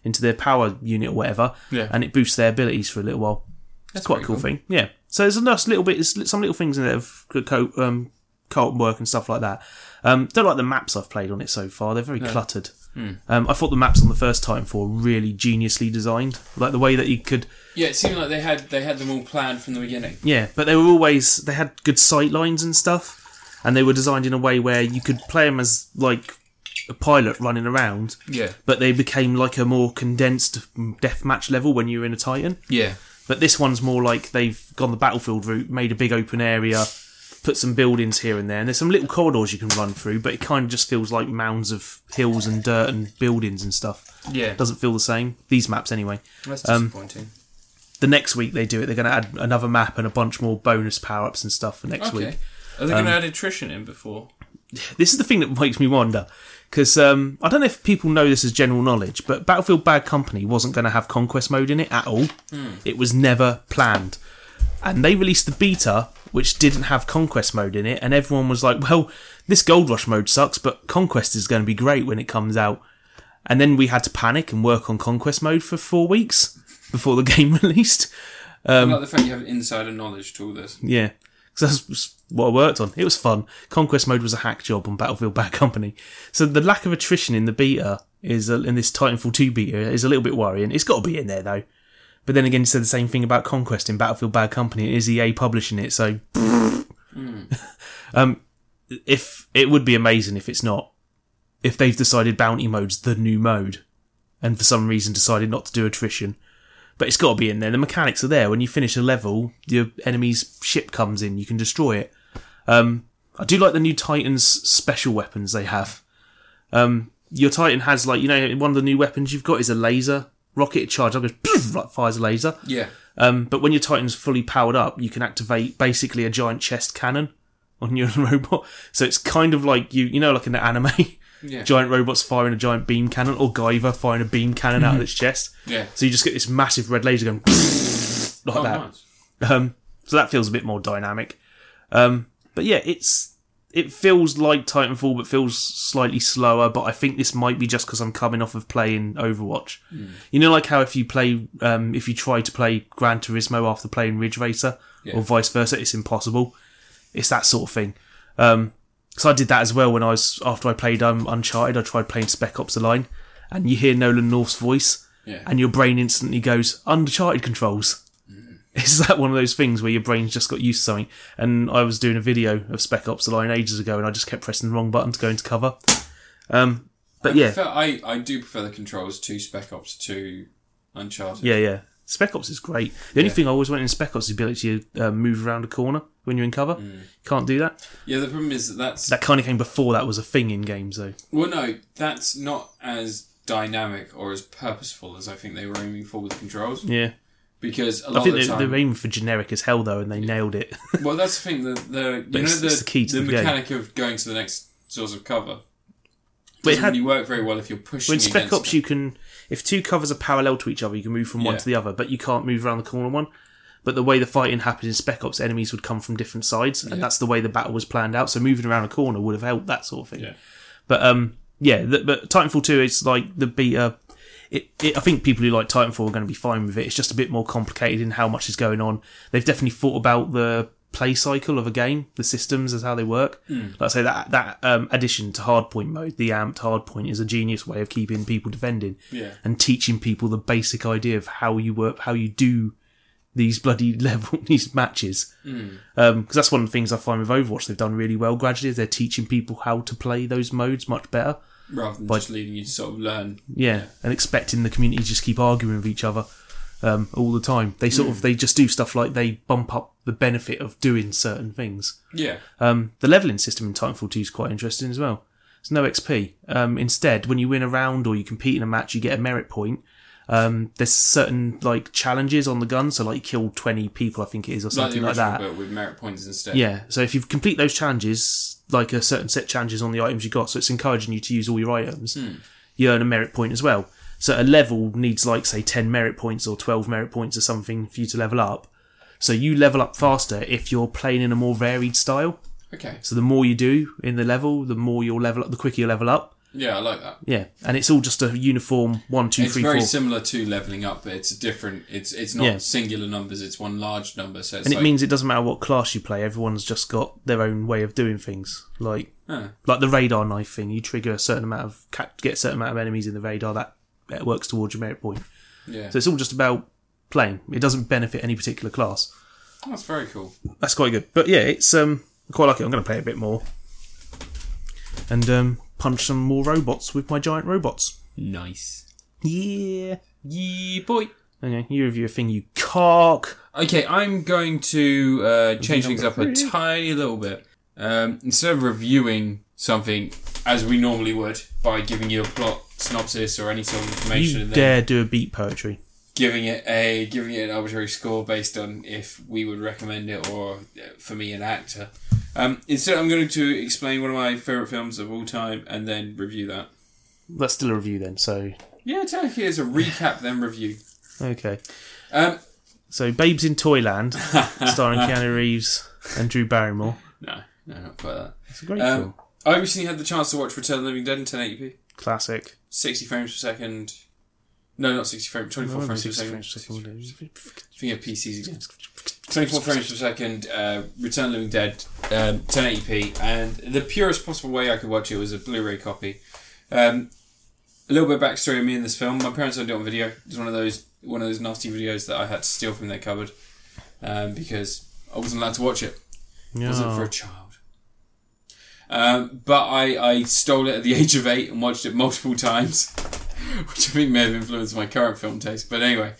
S1: into their power unit or whatever,
S2: Mm-hmm. Yeah.
S1: and it boosts their abilities for a little while. It's quite a
S2: pretty
S1: cool,
S2: cool.
S1: thing. Yeah. So there's a nice little bit, there's some little things in there of co- um, co-op work and stuff like that. Um, don't like the maps I've played on it so far. They're very cluttered.
S2: Hmm.
S1: Um, I thought the maps on the first time for were really geniusly designed, like the way that you could.
S2: Yeah, it seemed like they had they had them all planned from the beginning.
S1: Yeah, but they were always they had good sight lines and stuff, and they were designed in a way where you could play them as like a pilot running around,
S2: Yeah.
S1: but they became like a more condensed deathmatch level when you were in a Titan.
S2: Yeah.
S1: But this one's more like they've gone the battlefield route, made a big open area, put some buildings here and there, and there's some little corridors you can run through, but it kind of just feels like mounds of hills and dirt and buildings and stuff.
S2: Yeah.
S1: Doesn't feel the same. These maps, anyway.
S2: That's disappointing.
S1: The next week they do it, they're going to add another map and a bunch more bonus power ups and stuff for next
S2: okay.
S1: week.
S2: Are they going to add attrition in before?
S1: This is the thing that makes me wonder, because um, I don't know if people know this as general knowledge, but Battlefield Bad Company wasn't going to have conquest mode in it at all. It was never planned. And they released the beta, which didn't have conquest mode in it, and everyone was like, well, this Gold Rush mode sucks, but conquest is going to be great when it comes out. And then we had to panic and work on conquest mode for four weeks before the game released.
S2: I like the fact you have insider knowledge to all this.
S1: Yeah, because that's what I worked on. It was fun. Conquest mode was a hack job on Battlefield Bad Company. So the lack of attrition in the beta is a, in this Titanfall 2 beta is a little bit worrying. It's got to be in there though. But then again, you said the same thing about Conquest in Battlefield Bad Company. It is EA publishing it, so um, if it would be amazing if it's not. If they've decided bounty mode's the new mode, and for some reason decided not to do attrition, but it's got to be in there. The mechanics are there. When you finish a level, your enemy's ship comes in. You can destroy it. Um, I do like the new Titans special weapons they have. Um, your Titan has like you know one of the new weapons you've got is a laser rocket charge. It goes like fires a laser.
S2: Yeah.
S1: Um, but when your Titan's fully powered up, you can activate basically a giant chest cannon on your robot. So it's kind of like you you know like in the anime.
S2: Yeah.
S1: giant robots firing a giant beam cannon, or Guyver firing a beam cannon out of its chest.
S2: Yeah.
S1: So you just get this massive red laser going like
S2: Oh,
S1: that.
S2: nice.
S1: Um, so that feels a bit more dynamic. Um, but yeah, it's it feels like Titanfall, but feels slightly slower. But I think this might be just because I'm coming off of playing Overwatch.
S2: Hmm.
S1: You know, like how if you play, um, if you try to play Gran Turismo after playing Ridge Racer, or vice versa, it's impossible. It's that sort of thing. Um, so I did that as well when I was after I played um, Uncharted. I tried playing Spec Ops: The Line, and you hear Nolan North's voice,
S2: Yeah.
S1: and your brain instantly goes Uncharted controls. It's that one of those things where your brain's just got used to something. And I was doing a video of Spec Ops: The Line ages ago, and I just kept pressing the wrong button to go into cover. Um, but
S2: I
S1: yeah,
S2: prefer- I, I do prefer the controls to Spec Ops to Uncharted.
S1: yeah, yeah. Spec Ops is great. The only thing I always want in Spec Ops is the ability to uh, move around a corner when you're in cover. Can't do that.
S2: Yeah, the problem is that that's
S1: That kind of came before that was a thing in games, though.
S2: well, no, that's not as dynamic or as purposeful as I think they were aiming for with the controls
S1: Yeah.
S2: because a
S1: I
S2: lot
S1: think
S2: of the
S1: they,
S2: time
S1: they were aiming for generic as hell though, and they nailed it.
S2: Well, that's the thing. The, the you know
S1: it's-
S2: the,
S1: it's the key to the game.
S2: mechanic of going to the next source of cover
S1: but it
S2: doesn't
S1: had
S2: really work very well if you're pushing.
S1: when Spec
S2: against
S1: Ops, you can if two covers are parallel to each other, you can move from one
S2: Yeah.
S1: to the other, but you can't move around the corner one. But the way the fighting happened in Spec Ops, enemies would come from different sides, and that's the way the battle was planned out. So moving around a corner would have helped that sort of thing.
S2: Yeah.
S1: But um, yeah, the, but Titanfall two is like the beta. It, it, I think people who like Titanfall are going to be fine with it. It's just a bit more complicated in how much is going on. They've definitely thought about the play cycle of a game, the systems as how they work. Like I say, that that um, addition to hardpoint mode, the amped hardpoint, is a genius way of keeping people defending
S2: Yeah.
S1: and teaching people the basic idea of how you work, how you do these bloody level these matches because Um, that's one of the things I find with Overwatch they've done really well gradually is they're teaching people how to play those modes much better
S2: rather than just leading you to sort of learn.
S1: yeah and expecting the community to just keep arguing with each other um, all the time they sort of they just do stuff like they bump up the benefit of doing certain things
S2: Yeah,
S1: um, the leveling system in Titanfall 2 is quite interesting as well. It's no XP. Um, instead, when you win a round or you compete in a match, you get a merit point. Um, there's certain like challenges on the gun, so like kill 20 people, I think it is, or
S2: like
S1: something
S2: the
S1: like,
S2: original,
S1: that.
S2: but with merit points instead.
S1: Yeah. So if you complete those challenges, like a certain set of challenges on the items you got, so it's encouraging you to use all your items.
S2: Hmm.
S1: You earn a merit point as well. So a level needs like say 10 merit points or 12 merit points or something for you to level up. So you level up faster if you're playing in a more varied style.
S2: Okay.
S1: So the more you do in the level, the more you'll level up, the quicker you level up.
S2: Yeah, I like that.
S1: Yeah, and it's all just a uniform one, two,
S2: It's
S1: three, four.
S2: very similar to leveling up, but it's a different. It's it's not
S1: Yeah.
S2: singular numbers. It's one large number. So it's
S1: and it
S2: like
S1: means it doesn't matter what class you play. Everyone's just got their own way of doing things. Like
S2: Huh.
S1: like the radar knife thing, you trigger a certain amount of ca- get a certain amount of enemies in the radar that, that works towards your merit point.
S2: yeah,
S1: So it's all just about playing. It doesn't benefit any particular class.
S2: that's very cool.
S1: That's quite good. But yeah, it's um I quite like it. I'm going to play it a bit more and um punch some more robots with my giant robots.
S2: Nice.
S1: Yeah.
S2: Yeah, boy.
S1: Okay, you review a thing, you cock.
S2: Okay, I'm going to uh, change things up a tiny little bit. Um, instead of reviewing something as we normally would by giving you a plot synopsis or any sort of information,
S1: You
S2: and then
S1: dare do a beat poetry.
S2: giving it a giving it an arbitrary score based on if we would recommend it or uh, for me an actor. Um, instead, I'm going to explain one of my favorite films of all time and then review that.
S1: That's still a review then, so
S2: Yeah, technically, it's a recap then review.
S1: okay.
S2: Um,
S1: So Babes in Toyland, starring Keanu Reeves and Drew Barrymore.
S2: no, no, not quite that.
S1: It's a great film.
S2: Um, I recently had the chance to watch Return of the Living Dead in 1080p.
S1: Classic.
S2: 60 frames per second. No, not 60 frames, 24 frames per second. Thinking of PCs again. 24 frames per second, uh, Return of the Living Dead, um, 1080p. And the purest possible way I could watch it was a Blu ray copy. Um, a little bit of backstory of me in this film. My parents owned it on video. It was one of those one of those nasty videos that I had to steal from their cupboard um, because I wasn't allowed to watch it wasn't for a child. Um, but I, I stole it at the age of eight and watched it multiple times, which I think may have influenced my current film taste. But anyway,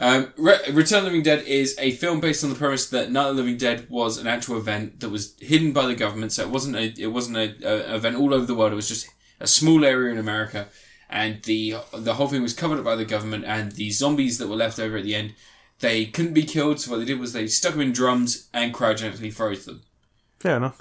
S2: um, Re- Return of the Living Dead is a film based on the premise that Night of the Living Dead was an actual event that was hidden by the government. So it wasn't a it wasn't a, a an event all over the world. It was just a small area in America, and the the whole thing was covered up by the government. And the zombies that were left over at the end, they couldn't be killed. So what they did was they stuck them in drums and cryogenically froze them.
S1: Fair enough.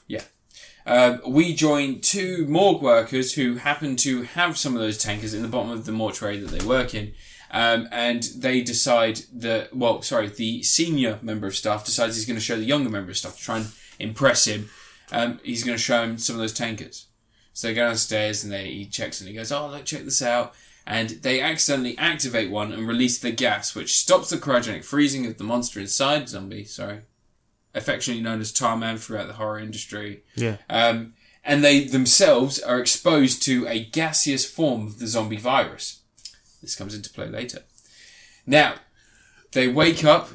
S2: Um, we join two morgue workers who happen to have some of those tankers in the bottom of the mortuary that they work in. Um, and they decide that, well, sorry, the senior member of staff decides he's going to show the younger member of staff to try and impress him. Um, he's going to show him some of those tankers. So they go downstairs and they, he checks and he goes, oh, look, check this out. And they accidentally activate one and release the gas, which stops the cryogenic freezing of the monster inside, zombie, sorry, affectionately known as Tar Man throughout the horror industry.
S1: Yeah.
S2: Um, and they themselves are exposed to a gaseous form of the zombie virus. This comes into play later. Now, they wake up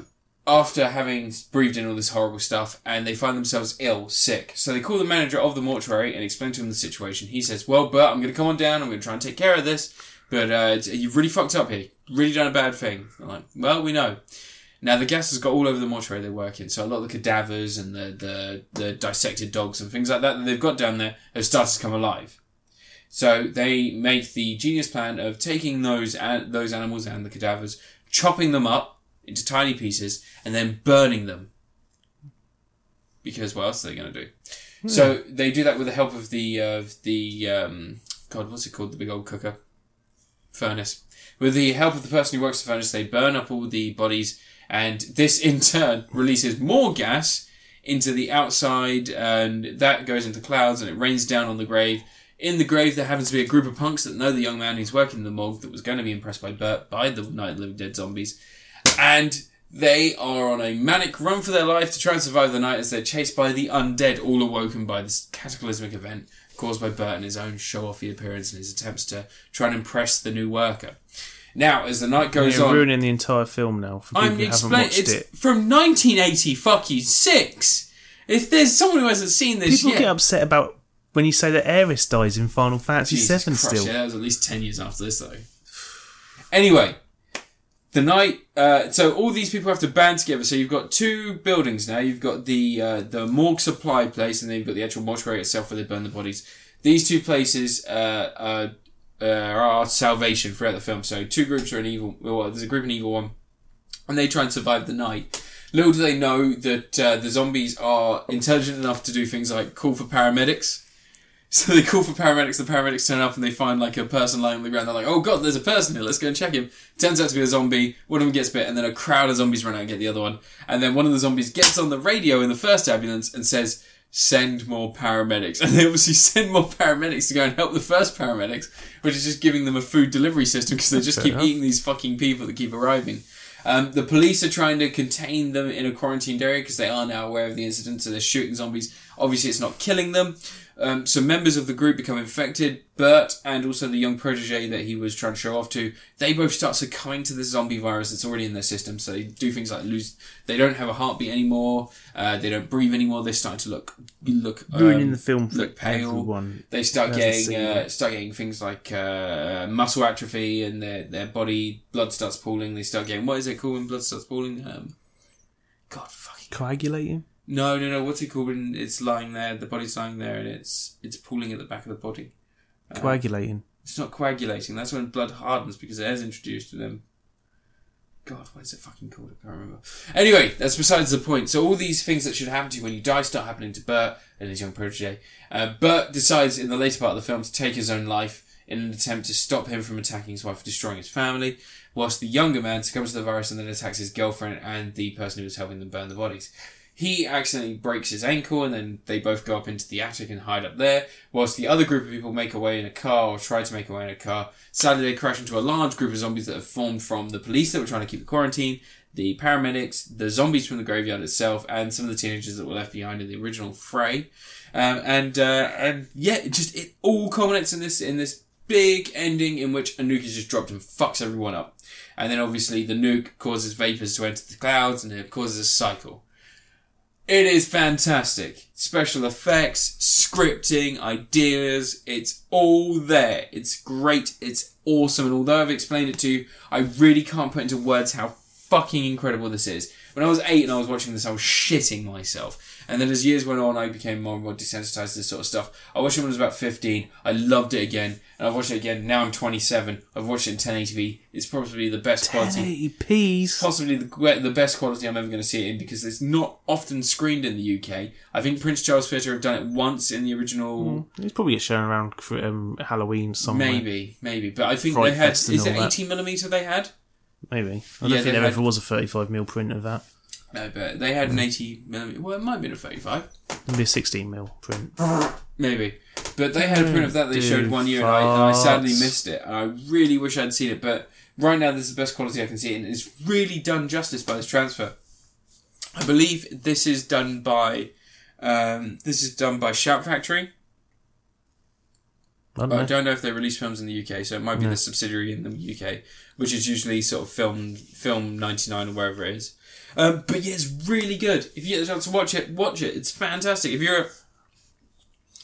S2: after having breathed in all this horrible stuff and they find themselves ill, sick. So they call the manager of the mortuary and explain to him the situation. He says, Well, Bert, I'm going to come on down. I'm going to try and take care of this. But uh, it's- you've really fucked up here. Really done a bad thing. I'm like, well, we know. Now the gas has got all over the mortuary they work in, so a lot of the cadavers and the, the, the dissected dogs and things like that that they've got down there have started to come alive. So they make the genius plan of taking those an- those animals and the cadavers, chopping them up into tiny pieces, and then burning them. Because what else are they going to do? So they do that with the help of the of the um, God, what's it called? The big old cooker furnace. With the help of the person who works the furnace, they burn up all the bodies, and this in turn releases more gas into the outside, and that goes into clouds, and it rains down on the grave. In the grave, there happens to be a group of punks that know the young man who's working in the morgue that was going to be impressed by Bert by the Night of the Living Dead zombies, and they are on a manic run for their life to try and survive the night as they're chased by the undead, all awoken by this cataclysmic event caused by Bert and his own show offy appearance and his attempts to try and impress the new worker. Now, as the night goes
S1: You're
S2: on,
S1: ruining the entire film now for people
S2: I'm
S1: who haven't
S2: explaining.
S1: watched
S2: It's
S1: it.
S2: from 1980 fucking six. If there's someone who hasn't seen this
S1: People
S2: yet,
S1: get upset about when you say that Eris dies in Final Fantasy
S2: Jesus
S1: VII.
S2: Christ,
S1: Still,
S2: Yeah, that was at least 10 years after this, though. Anyway, the night. Uh, so all these people have to band together. So you've got two buildings now. You've got the uh, the morgue supply place, and then you've got the actual mortuary itself where they burn the bodies. These two places uh, are, uh, are our salvation throughout the film. So two groups are an evil. Well, there's a group and evil one, and they try and survive the night. Little do they know that uh, the zombies are intelligent enough to do things like call for paramedics. So they call for paramedics. The paramedics turn up and they find like a person lying on the ground. They're like, "Oh God, there's a person here. Let's go and check him." Turns out to be a zombie. One of them gets bit, and then a crowd of zombies run out and get the other one. And then one of the zombies gets on the radio in the first ambulance and says, "Send more paramedics." And they obviously send more paramedics to go and help the first paramedics, which is just giving them a food delivery system because they just keep
S1: enough.
S2: eating these fucking people that keep arriving. Um, the police are trying to contain them in a quarantined area because they are now aware of the incident, so they're shooting zombies. Obviously, it's not killing them. Um, so members of the group become infected. Bert and also the young protege that he was trying to show off to, they both start succumbing to the zombie virus that's already in their system. So they do things like lose, they don't have a heartbeat anymore. Uh, they don't breathe anymore. They're starting to look look um,
S1: ruining the film for
S2: look pale.
S1: everyone.
S2: They start
S1: Hasn't
S2: getting
S1: seen
S2: uh, start getting things like uh, muscle atrophy, and their their body blood starts pooling. They start getting what is it called when blood starts pooling? Um, God fucking
S1: Coagulating.
S2: no, no, no. What's it called when it's lying there? The body's lying there, and it's it's pooling at the back of the body. Uh,
S1: Coagulating.
S2: It's not coagulating. That's when blood hardens because air's introduced to them. God, what is it fucking called? I can't remember. Anyway, that's besides the point. So all these things that should happen to you when you die start happening to Bert and his young protege. Uh, Bert decides in the later part of the film to take his own life in an attempt to stop him from attacking his wife, destroying his family, whilst the younger man succumbs to the virus and then attacks his girlfriend and the person who was helping them burn the bodies. He accidentally breaks his ankle and then they both go up into the attic and hide up there, whilst the other group of people make away in a car or try to make away in a car. Sadly, they crash into a large group of zombies that have formed from the police that were trying to keep the quarantine, the paramedics, the zombies from the graveyard itself, and some of the teenagers that were left behind in the original fray. Um, and uh, and yeah, it just it all culminates in this in this big ending in which a nuke is just dropped and fucks everyone up. And then obviously the nuke causes vapors to enter the clouds and it causes a cycle. It is fantastic. Special effects, scripting, ideas, it's all there. It's great, it's awesome, and although I've explained it to you, I really can't put into words how fucking incredible this is. When I was eight and I was watching this, I was shitting myself. And then as years went on, I became more and more desensitized to this sort of stuff. I watched it when I was about 15. I loved it again. And I've watched it again. Now I'm 27. I've watched it in 1080p. It's probably the best quality
S1: P's.
S2: possibly the gre- the best quality I'm ever going to see it in because it's not often screened in the UK. I think Prince Charles Theatre have done it once in the original,
S1: It's probably get shown around for um, Halloween somewhere. Maybe.
S2: maybe, maybe, but I think
S1: Fright
S2: they had.
S1: Fest and
S2: Is it
S1: all that.
S2: 18 millimeter they had?
S1: Maybe. I don't
S2: Yeah,
S1: think
S2: they
S1: there
S2: had-
S1: ever was a 35mm print of that.
S2: No, but they
S1: Mm.
S2: had an 80 millimeter. Well, it might have been a 35,
S1: Maybe a 16mm print.
S2: maybe. But they had a print of that they
S1: Mm, Dude,
S2: showed one year, and I, and I sadly
S1: farts.
S2: missed it. And I really wish I'd seen it, but right now this is the best quality I can see, it, and it's really done justice by this transfer. I believe this is done by. Um, this is done by Shout Factory.
S1: I don't
S2: But I
S1: know.
S2: don't know if they release films in the UK, so it might be the subsidiary in the UK, which is usually sort of film film ninety nine or wherever it is. Um, but yeah, it's really good. If you get the chance to watch it, watch it. It's fantastic. If you're a,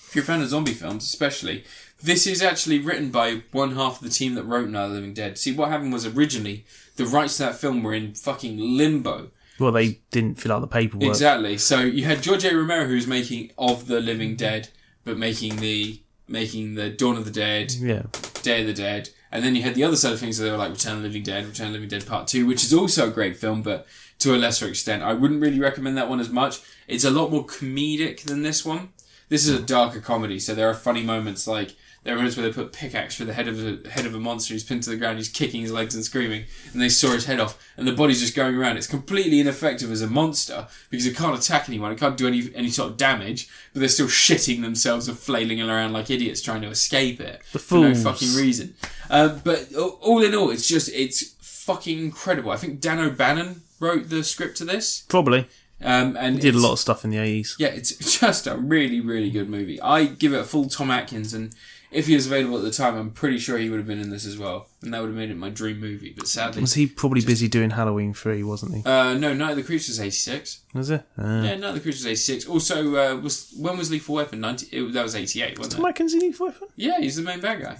S2: if you're a fan of zombie films, especially, this is actually written by one half of the team that wrote Night of the Living Dead. See, what happened was originally the rights to that film were in fucking limbo.
S1: Well, they didn't fill out the paperwork.
S2: Exactly. So you had George A. Romero, who was making Of the Living Dead, but making the making the Dawn of the Dead.
S1: Yeah.
S2: Day of the Dead, and then you had the other side of things where they were like Return of the Living Dead, Return of the Living Dead Part Two, which is also a great film, but to a lesser extent. I wouldn't really recommend that one as much. It's a lot more comedic than this one. This is a darker comedy, so there are funny moments like there are moments where they put pickaxe through the head of a head of a monster who's pinned to the ground, he's kicking his legs and screaming, and they saw his head off, and the body's just going around. It's completely ineffective as a monster because it can't attack anyone, it can't do any any sort of damage, but they're still shitting themselves and flailing around like idiots trying to escape it
S1: The
S2: for no
S1: fools.
S2: fucking reason. Um, but a- all in all, it's just it's fucking incredible. I think Dan O'Bannon wrote the script to this.
S1: Probably.
S2: Um, and
S1: He did a
S2: it's-
S1: lot of stuff in the 80s.
S2: Yeah, it's just a really, really good movie. I give it a full Tom Atkins, and if he was available at the time, I'm pretty sure he would have been in this as well, and that would have made it my dream movie. But sadly,
S1: Was he probably busy doing Halloween 3, wasn't he?
S2: uh, no, Night of the Creatures '86.
S1: Was it? Uh,
S2: Yeah, Night of the Creatures '86. Also, uh, was when was Lethal Weapon? Ninety. It, that was '88, wasn't it?
S1: Tom Atkins in Leaf Weapon?
S2: Yeah, he's the main bad guy.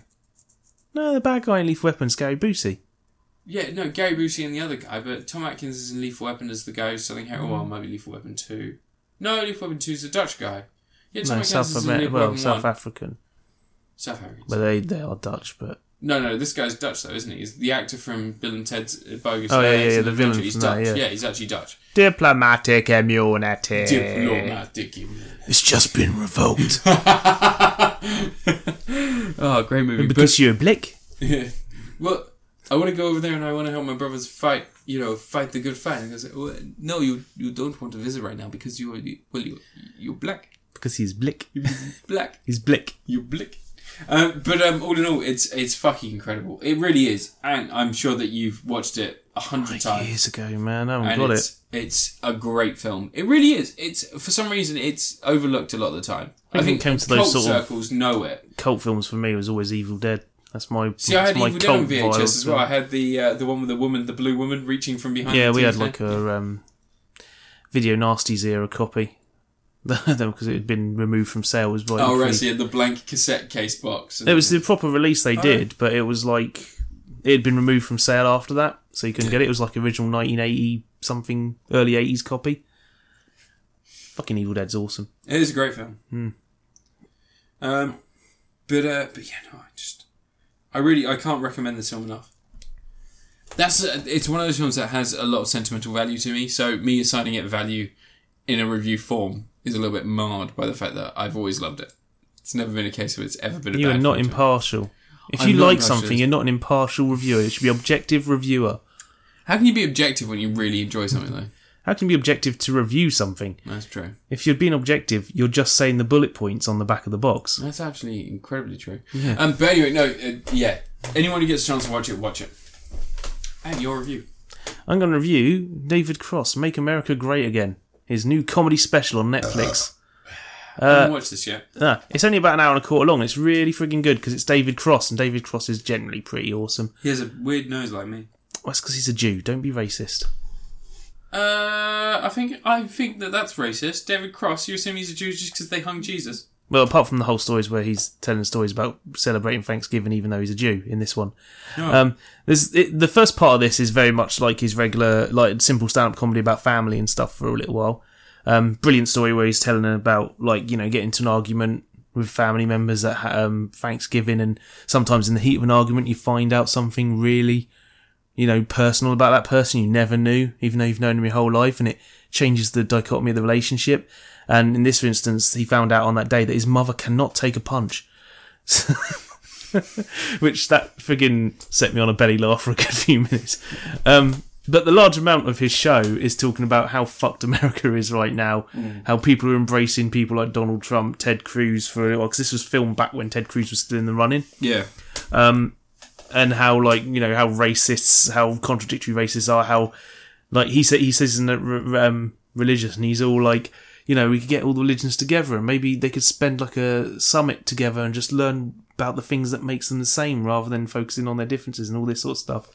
S1: No, the bad guy in Leaf Weapon's Gary Busey.
S2: Yeah, no, Gary Busey and the other guy, but Tom Atkins is in Lethal Weapon as the guy who's selling heroin.
S1: Mm.
S2: Well, maybe Lethal Weapon 2. No, Lethal Weapon 2 is the Dutch guy. Yeah, Tom
S1: No,
S2: Atkins
S1: South
S2: is in
S1: Amer-
S2: Lethal
S1: well,
S2: Weapon
S1: South
S2: 1.
S1: African.
S2: South African.
S1: But they, they are Dutch, but
S2: No, no, this guy's Dutch though, isn't he? He's the actor from Bill and Ted's uh, Bogus.
S1: Oh, yeah,
S2: Liars
S1: yeah, yeah,
S2: and
S1: the villain
S2: Adventure. He's
S1: from that,
S2: Dutch.
S1: yeah.
S2: he's actually Dutch.
S1: diplomatic immunity.
S2: Diplomatic immunity.
S1: It's just been revoked.
S2: oh, great movie. But,
S1: because you're Blick.
S2: yeah. Well, I want to go over there and I want to help my brothers fight, you know, fight the good fight. And he goes, "Well, no, you you don't want to visit right now because you're, well, you you're black.
S1: Because he's Blick.
S2: Black.
S1: He's Blick.
S2: You blick. Um, but um, all in all, it's it's fucking incredible. It really is, and I'm sure that you've watched it a hundred times.
S1: Years ago, man. I haven't
S2: And
S1: got it.
S2: it's, it's a great film. It really is. It's for some reason it's overlooked a lot of the time. I,
S1: think
S2: think
S1: it came to
S2: cult
S1: those sort of-
S2: circles know it.
S1: Cult films for me was always Evil Dead. That's my
S2: See, I
S1: that's
S2: had
S1: my
S2: Evil Dead
S1: cult
S2: on VHS
S1: vinyl
S2: as well. I had the uh, the one with the woman, the blue woman, reaching from behind.
S1: film. Yeah,
S2: the
S1: we had
S2: TV.
S1: like a um, video nasties era copy. because it had been removed from sales by.
S2: Oh right,
S1: Infinity.
S2: so you Oh, had the blank cassette case box. and-
S1: It was the proper release they did, but it was like it had been removed from sale after that, so you couldn't get it. It was like original 1980 something, early 80s copy. Fucking Evil Dead's awesome.
S2: It is a great film.
S1: Hmm.
S2: Um, but uh, but yeah, no, I just I really I can't recommend this film enough. That's uh, it's one of those films that has a lot of sentimental value to me. So me assigning it value in a review form is a little bit marred by the fact that I've always loved it. It's never been a case where it's ever been. A
S1: You are
S2: bad
S1: not
S2: film to me.
S1: impartial. If
S2: I'm
S1: you
S2: not
S1: like
S2: impartial.
S1: something, you're not an impartial reviewer. You should be objective reviewer.
S2: How can you be objective when you really enjoy something though?
S1: How can you be objective to review something?
S2: That's true.
S1: If you're being objective, you're just saying the bullet points on the back of the box.
S2: That's actually incredibly true. Um, but anyway, no, uh, yeah. Anyone who gets a chance to watch it, watch it. And your review.
S1: I'm going to review David Cross, Make America Great Again, his new comedy special on Netflix.
S2: I
S1: Uh,
S2: haven't watched this yet.
S1: No, it's only about an hour and a quarter long. It's really frigging good because it's David Cross, and David Cross is generally pretty awesome.
S2: He has a weird nose like me.
S1: Well, that's because he's a Jew. Don't be racist.
S2: Uh, I think I think that that's racist. David Cross, you assume he's a Jew just because they hung Jesus?
S1: Well, apart from the whole stories where he's telling stories about celebrating Thanksgiving, even though he's a Jew in this one. Um, there's it, the first part of this is very much like his regular, like simple stand-up comedy about family and stuff for a little while. Um, brilliant story where he's telling about like you know getting into an argument with family members at um, Thanksgiving, and sometimes in the heat of an argument, you find out something really, you know, personal about that person you never knew, even though you've known them your whole life, and it changes the dichotomy of the relationship. And in this instance, he found out on that day that his mother cannot take a punch. Which that friggin' set me on a belly laugh for a good few minutes. Um, but the large amount of his show is talking about how fucked America is right now, how people are embracing people like Donald Trump, Ted Cruz for a little because this was filmed back when Ted Cruz was still in the running
S2: Yeah.
S1: and how like you know how racists how contradictory racists are how like he said he says in um, religious and he's all like you know we could get all the religions together and maybe they could spend like a summit together and just learn about the things that makes them the same rather than focusing on their differences and all this sort of stuff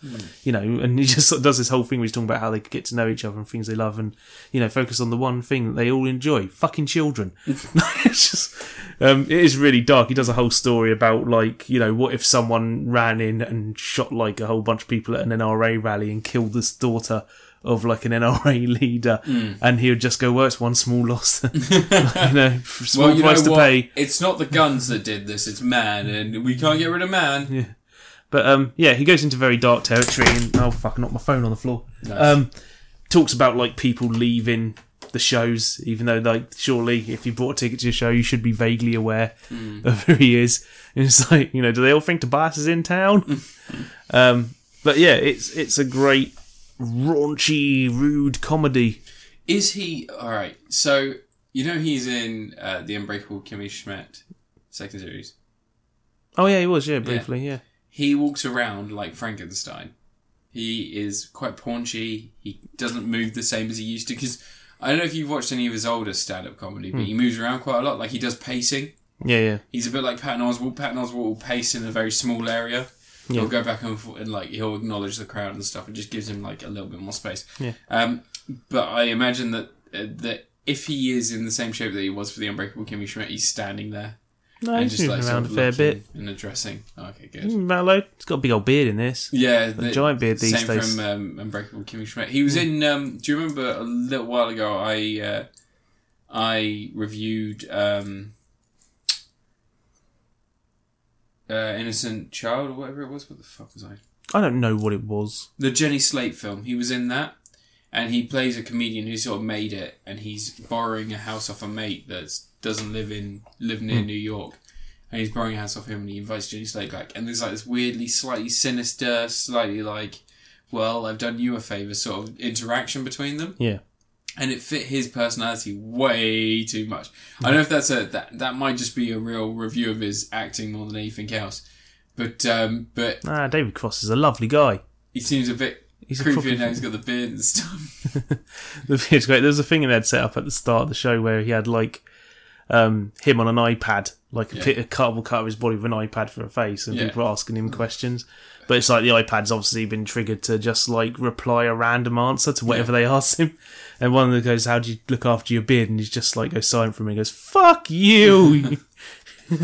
S1: you know and he just sort of does this whole thing where he's talking about how they could get to know each other and things they love and you know focus on the one thing that they all enjoy fucking children it's just um, it is really dark. He does a whole story about like you know what if someone ran in and shot like a whole bunch of people at an NRA rally and killed this daughter of like an NRA leader,
S2: Hmm.
S1: and he would just go, "Well, it's one small loss, you know, for a small
S2: Well, you know
S1: price to
S2: what?
S1: pay."
S2: It's not the guns that did this. It's man, and we can't get rid of man.
S1: But um, yeah, he goes into very dark territory, and oh fuck, I knocked my phone on the floor. Um, talks about like people leaving the shows, even though like surely if you bought a ticket to a show, you should be vaguely aware
S2: Hmm.
S1: of who he is. And it's like you know, do they all think Tobias is in town? um, but yeah, it's it's a great raunchy, rude comedy.
S2: Is he all right? So you know he's in uh, the Unbreakable Kimmy Schmidt second series.
S1: Oh yeah, he was yeah briefly yeah.
S2: He walks around like Frankenstein. He is quite paunchy. He doesn't move the same as he used to because I don't know if you've watched any of his older stand-up comedy,
S1: Hmm.
S2: but he moves around quite a lot. Like he does pacing.
S1: Yeah, yeah.
S2: He's a bit like Patton Oswalt. Patton Oswalt will pace in a very small area.
S1: Yeah.
S2: He'll go back and forth, and like he'll acknowledge the crowd and stuff. It just gives him like a little bit more space.
S1: Yeah.
S2: Um, but I imagine that uh, that if he is in the same shape that he was for the Unbreakable Kimmy Schmidt, he's standing there
S1: No, Oh, he's moving
S2: sort
S1: around a
S2: of
S1: fair bit.
S2: looking and addressing. Oh, okay, good.
S1: Mm, Mallow, he's got a big old beard in this.
S2: Yeah, the
S1: giant beard these
S2: same
S1: days.
S2: from um, Unbreakable Kimmy Schmidt. He was in. Um, do you remember a little while ago? I uh, I reviewed um, uh, Innocent Child or whatever it was. What the fuck was I?
S1: I don't know what it was.
S2: The Jenny Slate film. He was in that, and he plays a comedian who sort of made it, and he's borrowing a house off a mate that doesn't live in live
S1: Hmm.
S2: near New York. And he's borrowing a house off him, and he invites Jenny Slate back. And there's like this weirdly, slightly sinister, slightly like, "Well, I've done you a favor" sort of interaction between them
S1: Yeah.
S2: and it fit his personality way too much. I don't know if that's a that that might just be a real review of his acting more than anything else, but um, but
S1: Ah, David Cross is a lovely guy.
S2: he seems a bit
S1: He's a
S2: creepy
S1: proper-
S2: and now he's got the beard and stuff.
S1: The video's great. There was a thing they had set up at the start of the show where he had like um, him on an iPad, like a,
S2: Yeah.
S1: pi- a cardboard cut of his body with an iPad for a face, and
S2: Yeah.
S1: people were asking him questions. But it's like the iPad's obviously been triggered to just like reply a random answer to whatever they asked him. And one of them goes, "How do you look after your beard?" And he's just like goes silent for me. and Goes, "Fuck you."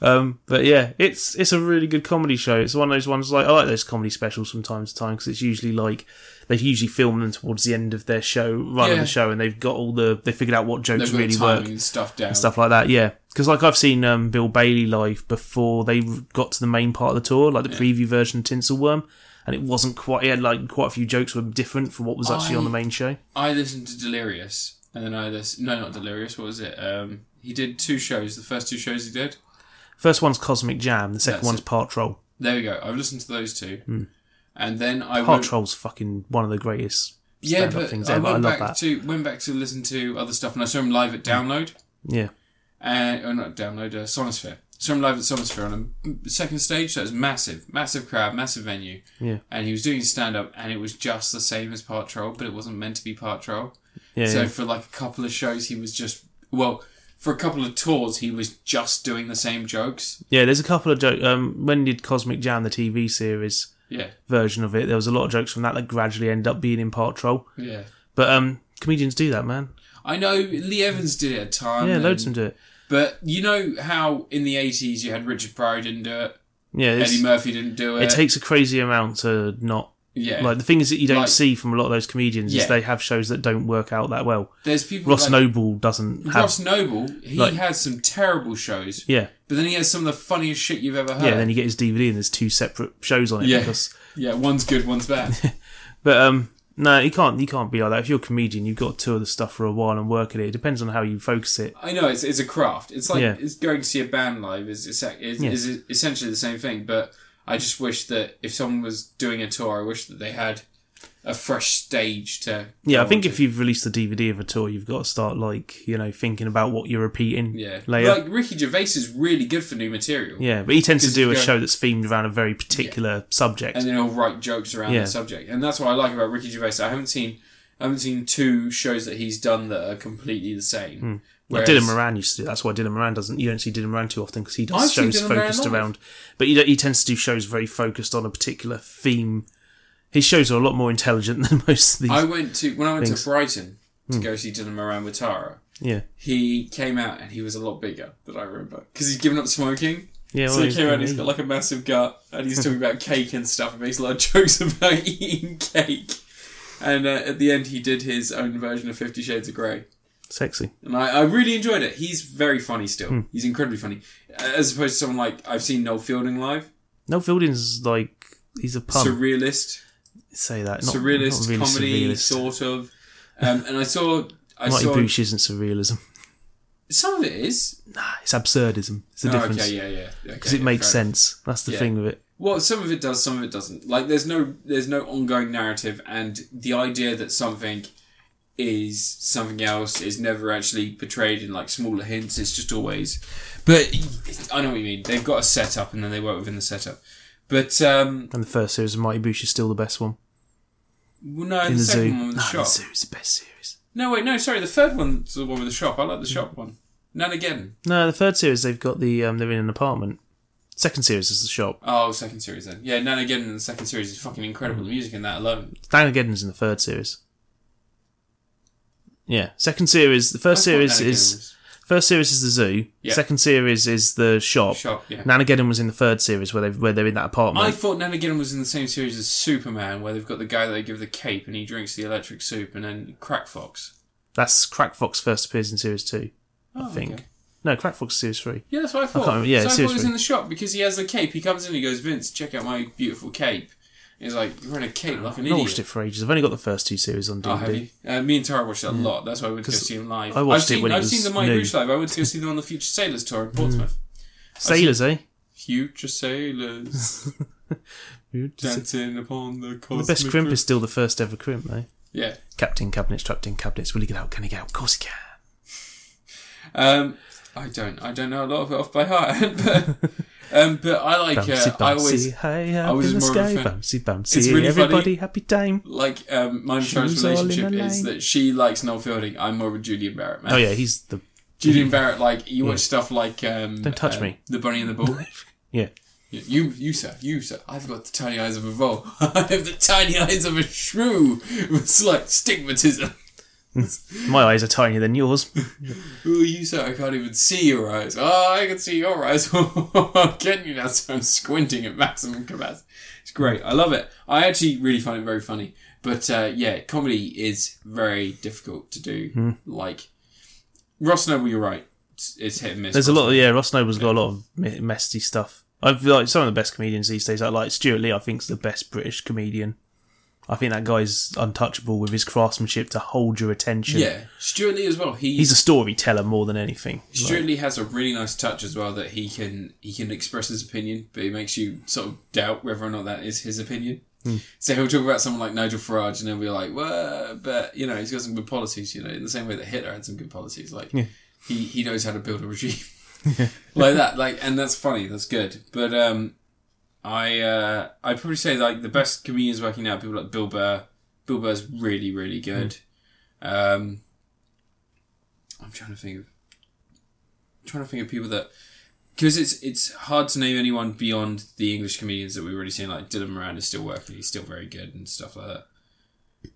S1: Um, but yeah, it's it's a really good comedy show. It's one of those ones like I like those comedy specials from time to time because it's usually like they've usually filmed them towards the end of their show, run of
S2: Yeah.
S1: the show, and they've got all the they figured out what
S2: They've
S1: jokes
S2: got
S1: really
S2: the timing
S1: work
S2: and stuff down.
S1: stuff like that. Yeah, because like I've seen um, Bill Bailey live before they got to the main part of the tour, like the preview version of Tinselworm, and it wasn't quite. It had like quite a few jokes were different from what was actually
S2: I-
S1: on the main show.
S2: I listened to Delirious, and then I listened. No, not Delirious. What was it? Um, he did two shows. The first two shows he did.
S1: First one's Cosmic Jam, the second
S2: That's
S1: one's Part Troll.
S2: There we go. I've listened to those two,
S1: Hmm.
S2: and then I
S1: Part
S2: went.
S1: Troll's fucking one of the greatest
S2: Yeah,
S1: stand-up
S2: but
S1: things
S2: I
S1: ever. I
S2: went
S1: love
S2: back
S1: that. Hmm.
S2: to went back to listen to other stuff, and I saw him live at Download.
S1: Yeah.
S2: uh, or not download, uh, Sonosphere. So I'm live at Sonosphere on a second stage. So it was massive, massive crowd, massive venue.
S1: Yeah.
S2: And he was doing stand up, and it was just the same as Part Troll, but it wasn't meant to be Part Troll.
S1: Yeah,
S2: so
S1: yeah.
S2: for like a couple of shows, he was just well, for a couple of tours, he was just doing the same jokes.
S1: yeah. There's a couple of jokes. Um, when did Cosmic Jam, the TV series
S2: Yeah,
S1: version of it, there was a lot of jokes from that that gradually end up being in Part Troll.
S2: yeah.
S1: But um, comedians do that, man.
S2: I know Lee Evans did it a time.
S1: Yeah, loads
S2: and-
S1: of them do it.
S2: But you know how in the eighties you had Richard Pryor didn't do it,
S1: Yeah, it's,
S2: Eddie Murphy didn't do it.
S1: it takes a crazy amount to not
S2: yeah,
S1: like the thing is that you don't
S2: Like-
S1: see from a lot of those comedians
S2: Yeah.
S1: is they have shows that don't work out that well.
S2: there's people
S1: Ross
S2: like
S1: Noble doesn't have.
S2: Ross Noble. He
S1: like-
S2: had some terrible shows.
S1: yeah,
S2: But then he has some of the funniest shit you've ever heard.
S1: yeah. Then you get his DVD and there's two separate shows on it
S2: Yeah.
S1: because
S2: Yeah, one's good, one's bad.
S1: But um, no, you can't. You can't be like that. If you're a comedian, you've got to tour the stuff for a while and work at it. It depends on how you focus it.
S2: I know it's it's a craft. It's like
S1: Yeah.
S2: it's going to see a band live is is, is, is essentially the same thing. But I just wish that if someone was doing a tour, I wish that they had a fresh stage to.
S1: Yeah, I
S2: go
S1: think
S2: onto.
S1: if you've released a DVD of a tour, you've got to start like you know thinking about what you're repeating.
S2: yeah,
S1: later.
S2: like Ricky Gervais is really good for new material,
S1: yeah, but he tends to
S2: Because
S1: do a
S2: you go-
S1: show that's themed around a very particular subject.
S2: and then he'll write jokes around
S1: Yeah.
S2: the subject, and that's what I like about Ricky Gervais. I haven't seen I haven't seen two shows that he's done that are completely the same.
S1: Like
S2: Whereas-
S1: Hmm. Dylan Moran used to do. That's why Dylan Moran doesn't. You don't see Dylan Moran too often because he does
S2: I've seen
S1: shows
S2: Dylan Moran
S1: focused
S2: live.
S1: around. But he, he tends to do shows very focused on a particular theme. His shows are a lot more intelligent than most of these.
S2: I went to when I went to Brighton to
S1: Hmm.
S2: go see Dylan Moran with Tara.
S1: yeah,
S2: He came out and he was a lot bigger than I remember because he's given up smoking.
S1: yeah.
S2: So
S1: well,
S2: he came out and he's got like a massive gut and he's talking about cake and stuff and makes a lot of jokes about eating cake. And uh, at the end, he did his own version of Fifty Shades of Grey.
S1: sexy.
S2: And I, I really enjoyed it. He's very funny still.
S1: Hmm.
S2: He's incredibly funny. As opposed to someone like, I've seen Noel Fielding live,
S1: No, Fielding's like he's a pun.
S2: surrealist.
S1: say that. Not,
S2: surrealist
S1: not really
S2: comedy,
S1: surrealist.
S2: sort of. Um, and I saw, I
S1: Mighty
S2: saw
S1: Boosh isn't surrealism.
S2: some of it is.
S1: Nah, it's absurdism. It's the
S2: Oh,
S1: difference.
S2: okay, yeah, yeah,
S1: Because it makes sense. That's the
S2: Yeah.
S1: thing with it.
S2: Well, some of it does, some of it doesn't. Like, there's no, there's no ongoing narrative, and the idea that something is something else is never actually portrayed in like smaller hints. It's just always. But I know what you mean. They've got a setup, and then they work within the setup. But um,
S1: And the first series of Mighty Boosh is still the best one.
S2: well, no,
S1: In
S2: the
S1: the
S2: second
S1: zoo.
S2: one was
S1: Nah,
S2: the
S1: the
S2: shop.
S1: zoo is the best series.
S2: No, wait, no, sorry. The third one's the one with the shop. I like the shop one. None again.
S1: No, the third series they've got the um, they're in an apartment. Second series is the shop.
S2: Oh, second series then. Yeah, None again in the second series is fucking incredible. The music in that, I love it.
S1: Dan Geddon's in the third series. Yeah, second series. The first
S2: I thought
S1: series
S2: None Again
S1: is
S2: was-
S1: first series is the zoo.
S2: Yeah.
S1: Second series is the shop.
S2: Shop, yeah.
S1: Nanageddon was in the third series where they where they're in that apartment.
S2: I thought Nanageddon was in the same series as Superman, where they've got the guy that they give the cape and he drinks the electric soup, and then Crack Fox.
S1: That's Crack Fox first appears in series two,
S2: Oh,
S1: I think.
S2: okay.
S1: No, Crack Fox is series three.
S2: Yeah, that's what I thought.
S1: remember. Yeah,
S2: so I thought he was
S1: seriously.
S2: in the shop because he has the cape. He comes in, he goes, Vince, check out my beautiful cape. And he's like, you're in a cape like an
S1: I
S2: idiot.
S1: watched it for ages. I've only got the first two series on
S2: Oh, have
S1: DVD.
S2: you? Uh, me and Tara watched it a lot. That's why I went to go
S1: Mm. 'Cause
S2: see him live.
S1: I watched
S2: have
S1: it
S2: seen,
S1: when it
S2: I've
S1: was
S2: seen the Mind
S1: new. Mm.
S2: Bridge live. I went to go see them on the Future Sailors tour in Portsmouth.
S1: Sailors, eh?
S2: Future Sailors
S1: The
S2: dancing upon the cosmic
S1: best crimp
S2: roof.
S1: is still the first ever crimp, though.
S2: Yeah.
S1: Captain cabinets, trapped in cabinets. Will he get out? Can he get out? Of course he can.
S2: Um, I don't. I don't know a lot of it off by heart, but um, but I like.
S1: Bouncy,
S2: Uh,
S1: bouncy,
S2: I always
S1: hey, up
S2: I was
S1: in the
S2: more of a
S1: sky.
S2: fan-
S1: Bouncy, bouncy,
S2: It's really funny.
S1: everybody happy time.
S2: like um, my and
S1: She
S2: Tara's
S1: was all in
S2: relationship
S1: a
S2: is
S1: line.
S2: that she likes Noel Fielding. I'm more of a Julian Barrett man.
S1: Oh yeah, he's the
S2: Julian Barrett, like you watch stuff like um,
S1: Don't touch
S2: uh,
S1: me.
S2: the bunny and the ball.
S1: yeah.
S2: Yeah, You, you, sir, you, sir. I've got the tiny eyes of a vole. I have the tiny eyes of a shrew with slight stigmatism.
S1: My eyes are tinier than yours.
S2: Ooh, you, sir, I can't even see your eyes. Oh, I can see your eyes. can you now? So I'm squinting at maximum capacity. It's great. I love it. I actually really find it very funny. But uh, yeah, comedy is very difficult to do.
S1: Hmm.
S2: Like, Ross Noble, you're right. It's, it's hit and miss.
S1: There's a lot of yeah. Ross Noble's got a lot of me- messy stuff. I've like some of the best comedians these days. I like Stuart Lee. I think's the best British comedian. I think that guy's untouchable with his craftsmanship to hold your attention.
S2: Yeah. Stuart Lee as well. He's,
S1: He's a storyteller more than anything.
S2: Stuart Lee has a really nice touch as well that he can he can express his opinion, but he makes you sort of doubt whether or not that is his opinion. So he'll talk about someone like Nigel Farage, and then we're like, "Well, but you know, he's got some good policies." You know, in the same way that Hitler had some good policies, like he he knows how to build a regime like that. Like, and that's funny, that's good. But um, I uh, I'd probably say like the best comedians working now, people like Bill Burr. Bill Burr's really really good. Um, I'm trying to think of trying to think of people that because it's it's hard to name anyone beyond the English comedians that we've already seen. Like Dylan Moran is still working; he's still very good and stuff like that.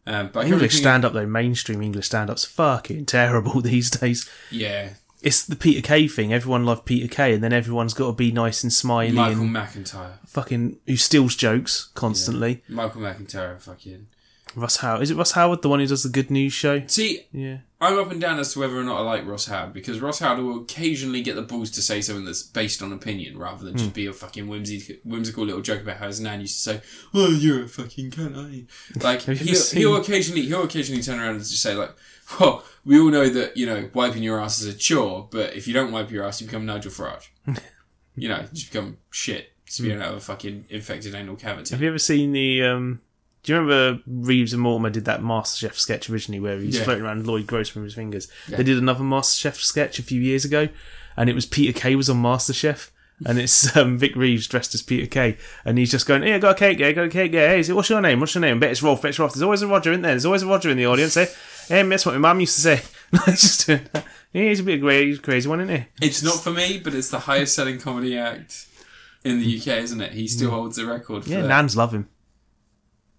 S2: Um, but I can really
S1: English
S2: think
S1: stand up though, mainstream English stand up's fucking terrible these days.
S2: of- yeah,
S1: It's the Peter Kay thing. Everyone loved Peter Kay, and then everyone's got to be nice and smiley
S2: Michael
S1: and
S2: McIntyre,
S1: fucking who steals jokes constantly.
S2: Michael McIntyre, fucking.
S1: Russ Howard is it Russ Howard the one who does the good news show?
S2: See,
S1: Yeah,
S2: I'm up and down as to whether or not I like Ross Howard because Ross Howard will occasionally get the balls to say something that's based on opinion rather than
S1: Hmm.
S2: just be a fucking whimsy, whimsical little joke about how his nan used to say, "Oh, you're a fucking cunt, aren't you?" Like
S1: Have you
S2: he'll,
S1: seen-
S2: he'll occasionally he'll occasionally turn around and just say like, "Well, we all know that you know wiping your ass is a chore, but if you don't wipe your ass, you become Nigel Farage. you know, you just become shit, spewing out of a fucking infected anal cavity."
S1: Hmm. Have you ever seen the? Um, do you remember Reeves and Mortimer did that MasterChef sketch originally where he's
S2: Yeah.
S1: floating around Lloyd Grossman with his fingers?
S2: Yeah.
S1: They did another MasterChef sketch a few years ago, and it was Peter Kay was on MasterChef, and it's um, Vic Reeves dressed as Peter Kay, and he's just going, "Hey, I got a cake, yeah, I got a cake, yeah. Hey, is it, what's your name? What's your name? Bet it's Rolf. Bet it's Rolf. There's always a Roger in there. There's always a Roger in the audience. Eh? Hey, that's what my mum used to say. He's just doing that. Yeah, he's a bit of a crazy, crazy one, isn't he?
S2: It's not for me, but it's the highest selling comedy act in the UK, isn't it? He still holds the record for
S1: Hmm. Yeah,
S2: that.
S1: Nans love him.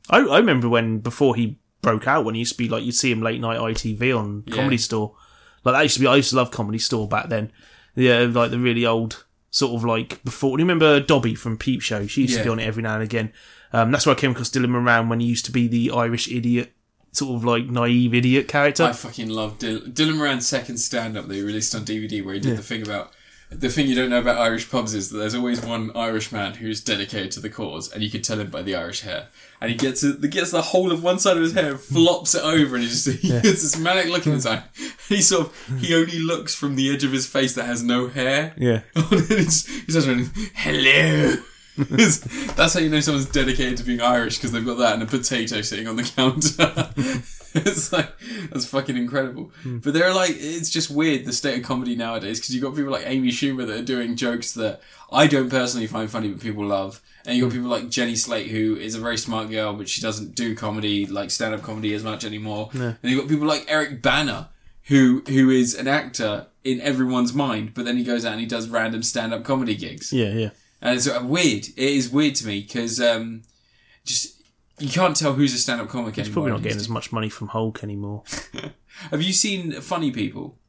S1: I, I remember when before he broke out, when he used to be like you'd see him late night ITV on Comedy Store. Like that used to be. I used to love Comedy Store back then. Yeah, like the really old sort of like before. Do you remember Dobby from Peep Show? She used
S2: Yeah.
S1: to be on it every now and again. Um, that's where I came across Dylan Moran when he used to be the Irish idiot, sort of like naive idiot character.
S2: I fucking love Dylan, Dylan Moran's second stand up that he released on DVD where he did the thing about the thing you don't know about Irish pubs is that there's always one Irish man who's dedicated to the cause, and you can tell him by the Irish hair. And he gets it, he gets the whole of one side of his hair, and flops it over, and he just he gets this manic look in his eye. And he sort of he only looks from the edge of his face that has no hair.
S1: yeah,
S2: and he's, he says, "Hello." That's how you know someone's dedicated to being Irish because they've got that and a potato sitting on the counter. it's like that's fucking incredible. But they're like, it's just weird the state of comedy nowadays because you've got people like Amy Schumer that are doing jokes that I don't personally find funny, but people love. And you've got people like Jenny Slate, who is a very smart girl, but she doesn't do comedy, like stand up comedy, as much anymore. And you've got people like Eric Banner, who who is an actor in everyone's mind, but then he goes out and he does random stand up comedy gigs.
S1: Yeah, yeah.
S2: And it's uh, weird. It is weird to me because um, just you can't tell who's a stand-up comic
S1: He's
S2: anymore.
S1: probably not getting as much money from Hulk anymore.
S2: Have you seen Funny People?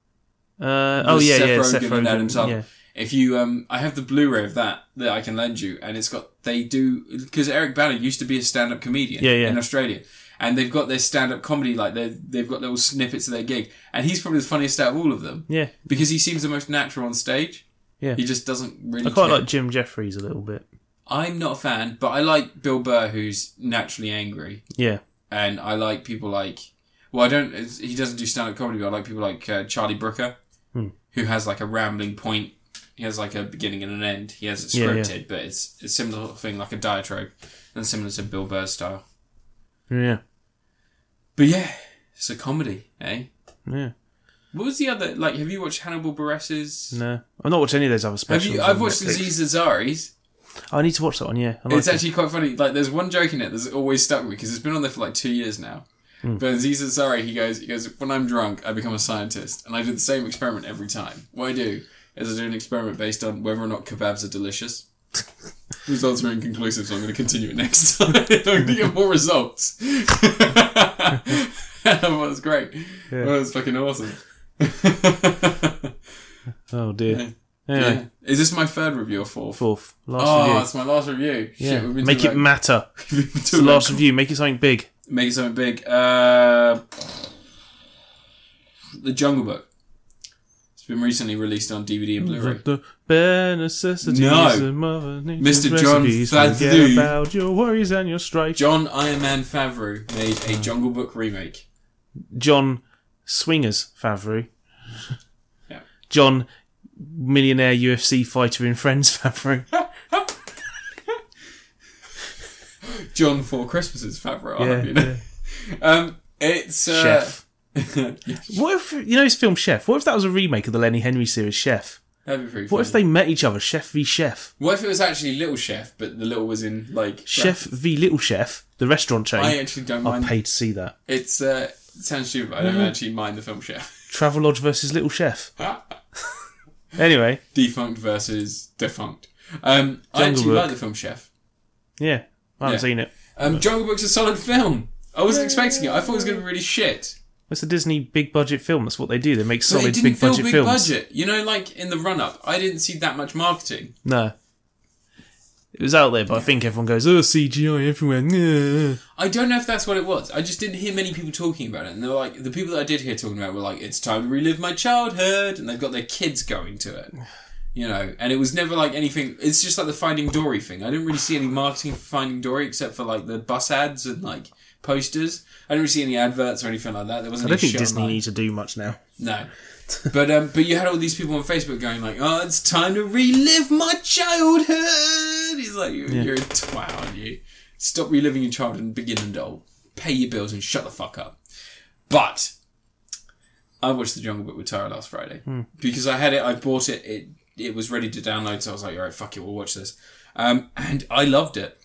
S1: Uh, oh
S2: With
S1: yeah, yeah, Seth
S2: Seth Rogen and Adam
S1: Rogen.
S2: Sandler.
S1: Yeah.
S2: If you, um, I have the Blu-ray of that that I can lend you, and it's got they do because Eric Banner used to be a stand-up comedian
S1: Yeah, yeah.
S2: in Australia, and they've got their stand-up comedy like they they've got little snippets of their gig, and he's probably the funniest out of all of them
S1: yeah,
S2: because he seems the most natural on stage.
S1: Yeah.
S2: he just doesn't really.
S1: I quite
S2: care.
S1: like Jim Jeffries a little bit.
S2: I'm not a fan, but I like Bill Burr, who's naturally angry.
S1: Yeah,
S2: and I like people like. Well, I don't. it's- He doesn't do stand up comedy, but I like people like uh, Charlie Brooker,
S1: Hmm.
S2: who has like a rambling point. He has like a beginning and an end. He has it
S1: Yeah, yeah.
S2: scripted, but it's it's similar sort of thing, like a diatribe, and similar to Bill Burr's style.
S1: yeah,
S2: But yeah, it's a comedy, eh?
S1: yeah.
S2: What was the other like? Have you watched Hannibal Buress's?
S1: No, I've not watched any of those other
S2: Have
S1: specials.
S2: you?
S1: on
S2: I've watched
S1: Netflix.
S2: Aziz Ansari's.
S1: I need to watch that one. Yeah, I like
S2: It's
S1: it.
S2: actually quite funny. Like, there's one joke in it that's always stuck with me because it's been on there for like two years now.
S1: Hmm.
S2: But Aziz Ansari, he goes, he goes, when I'm drunk, I become a scientist, and I do the same experiment every time. What I do is I do an experiment based on whether or not kebabs are delicious. results are inconclusive, so I'm going to continue it next time. I'm going to get more results. that was great.
S1: Yeah.
S2: That was fucking awesome.
S1: Oh dear.
S2: Yeah.
S1: Anyway,
S2: Yeah. Is this my third review or fourth?
S1: fourth last
S2: Oh,
S1: review.
S2: that's my last review.
S1: Yeah,
S2: Shit, we've been
S1: make
S2: doing
S1: it
S2: like-
S1: matter.
S2: we've been
S1: It's the
S2: doing like
S1: last review. Make it something big.
S2: Make it something big. Uh, the Jungle Book. It's been recently released on DVD and Blu-ray.
S1: The bare necessities
S2: No.
S1: of Mother
S2: Mr.
S1: Nature's
S2: John
S1: recipes.
S2: Favreau.
S1: Forget about your worries and your strife.
S2: John Iron Man Favreau made
S1: Mm.
S2: a Jungle Book remake.
S1: John Swingers Favreau.
S2: Yeah.
S1: John Millionaire UFC Fighter in Friends Favreau.
S2: John Four Christmases Favreau. I
S1: Yeah,
S2: hope you know. Um, it's uh,
S1: Chef.
S2: that'd be
S1: What if you know his film Chef? What if that was a remake of the Lenny Henry series Chef?
S2: pretty.
S1: What
S2: funny.
S1: if they met each other, Chef v Chef,
S2: What if it was actually Little Chef, but the little was in like
S1: Chef Oh, v Little Chef, the restaurant chain?
S2: I actually don't
S1: I'll
S2: mind.
S1: pay to see that.
S2: It's uh, it sounds stupid. But I don't
S1: Mm-hmm.
S2: actually mind the film Chef.
S1: Travelodge versus Little Chef. Anyway,
S2: defunct versus defunct. Um,
S1: Jungle
S2: I actually
S1: Book.
S2: like the film Chef.
S1: yeah, I haven't
S2: Yeah.
S1: seen it.
S2: Um, Jungle Book's a solid film. I wasn't expecting it. I thought it was going to be really shit.
S1: It's a Disney big budget film. That's what they do. They make
S2: But
S1: solid
S2: it didn't
S1: big
S2: feel
S1: budget
S2: big
S1: films.
S2: budget. You know, like in the run up, I didn't see that much marketing.
S1: No. It was out there, but I think everyone goes, oh, CGI everywhere. nah."
S2: I don't know if that's what it was. I just didn't hear many people talking about it. And they were like, the people that I did hear talking about it were like, it's time to relive my childhood. And they've got their kids going to it. You know, and it was never like anything. It's just like the Finding Dory thing. I didn't really see any marketing for Finding Dory except for like the bus ads and like posters. I didn't really see any adverts or anything like that. There wasn't
S1: I don't
S2: any
S1: think
S2: shit
S1: Disney
S2: online.
S1: need to do much now.
S2: No. But um, but you had all these people on Facebook going like, "Oh, it's time to relive my childhood." He's like, "You're, you're a twat, aren't you? Stop reliving your childhood and begin and all. Pay your bills and shut the fuck up." But I watched The Jungle Book with Tara last Friday because I had it. I bought it. It it was ready to download, so I was like, "All right, fuck it, we'll watch this." Um, and I loved it.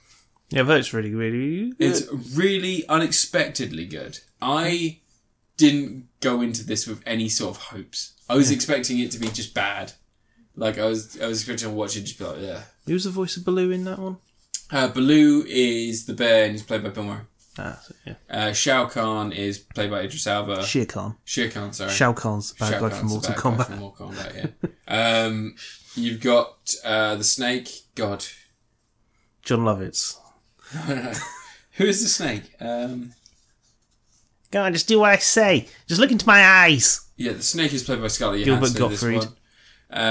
S1: Yeah, but it's really, really.
S2: It's really unexpectedly good. I didn't go into this with any sort of hopes. I was expecting it to be just bad. Like I was, I was expecting to watch it and just be like, yeah.
S1: Who was the voice of Baloo in that one?
S2: Uh, Baloo is the bear and he's played by Bill Murray.
S1: Ah, so, yeah.
S2: Uh, Shao Kahn is played by Idris Elba.
S1: Shere Khan.
S2: Shere Khan, sorry.
S1: Shao Khan's the bad
S2: Shao
S1: guy
S2: Kahn's
S1: from
S2: the
S1: Mortal
S2: bad guy
S1: Kombat.
S2: from Mortal Kombat, yeah. um, you've got uh, the snake. God,
S1: John Lovitz.
S2: who is the snake? Um,
S1: God, just do what I say. Just look into my eyes.
S2: yeah, the snake is played by Scarlett
S1: Gilbert
S2: Johansson. in this
S1: Gottfried.
S2: one.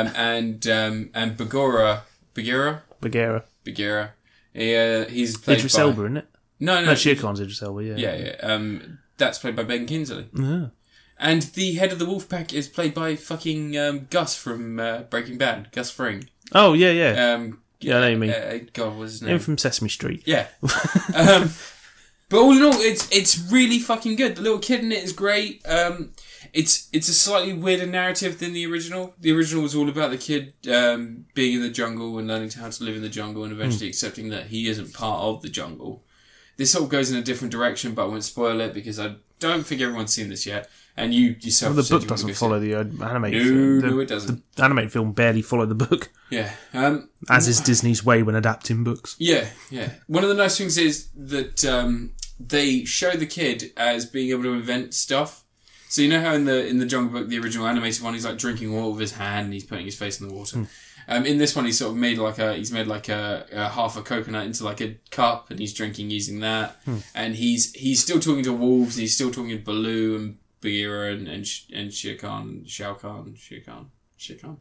S2: um, and um, and Bagora, Bagheera,
S1: Bagheera.
S2: Bagheera. He, uh, he's played
S1: Idris
S2: by
S1: Elba, isn't it?
S2: No, no,
S1: No, Shere Khan's Oh, Idris Elba, yeah.
S2: yeah, yeah. Um, that's played by Ben Kingsley,
S1: Yeah.
S2: and the head of the Wolfpack is played by fucking um, Gus from uh, Breaking Bad, Gus Fring.
S1: Oh, yeah, yeah.
S2: Um,
S1: Yeah, I know what you mean.
S2: uh, God, what's his name?
S1: Him from Sesame Street.
S2: Yeah. um, but all in all, it's it's really fucking good. The little kid in it is great. Um, it's it's a slightly weirder narrative than the original. The original was all about the kid um, being in the jungle and learning how to live in the jungle and
S1: Hmm.
S2: eventually accepting that he isn't part of the jungle. This sort of goes in a different direction, but I won't spoil it because I don't think everyone's seen this yet. And you yourself,
S1: Well, the
S2: said
S1: book
S2: you wanted to
S1: doesn't
S2: go see
S1: follow the uh, animated
S2: No,
S1: film. The,
S2: no, it doesn't.
S1: The animated film barely followed the book,
S2: it. Yeah. Um,
S1: as is Disney's way when adapting books.
S2: Yeah, yeah. One of the nice things is that um, they show the kid as being able to invent stuff. So you know how in the in the Jungle Book, the original animated one, he's like drinking water with his hand and he's putting his face in the
S1: Hmm.
S2: water. Um, in this one, he's sort of made like a he's made like a, a half a coconut into like a cup and he's drinking using that.
S1: Hmm.
S2: And he's he's still talking to wolves. And he's still talking to Baloo and Bagheera and and, Sh- and Shere Khan, Shao Khan, Shere Khan, Shere Khan,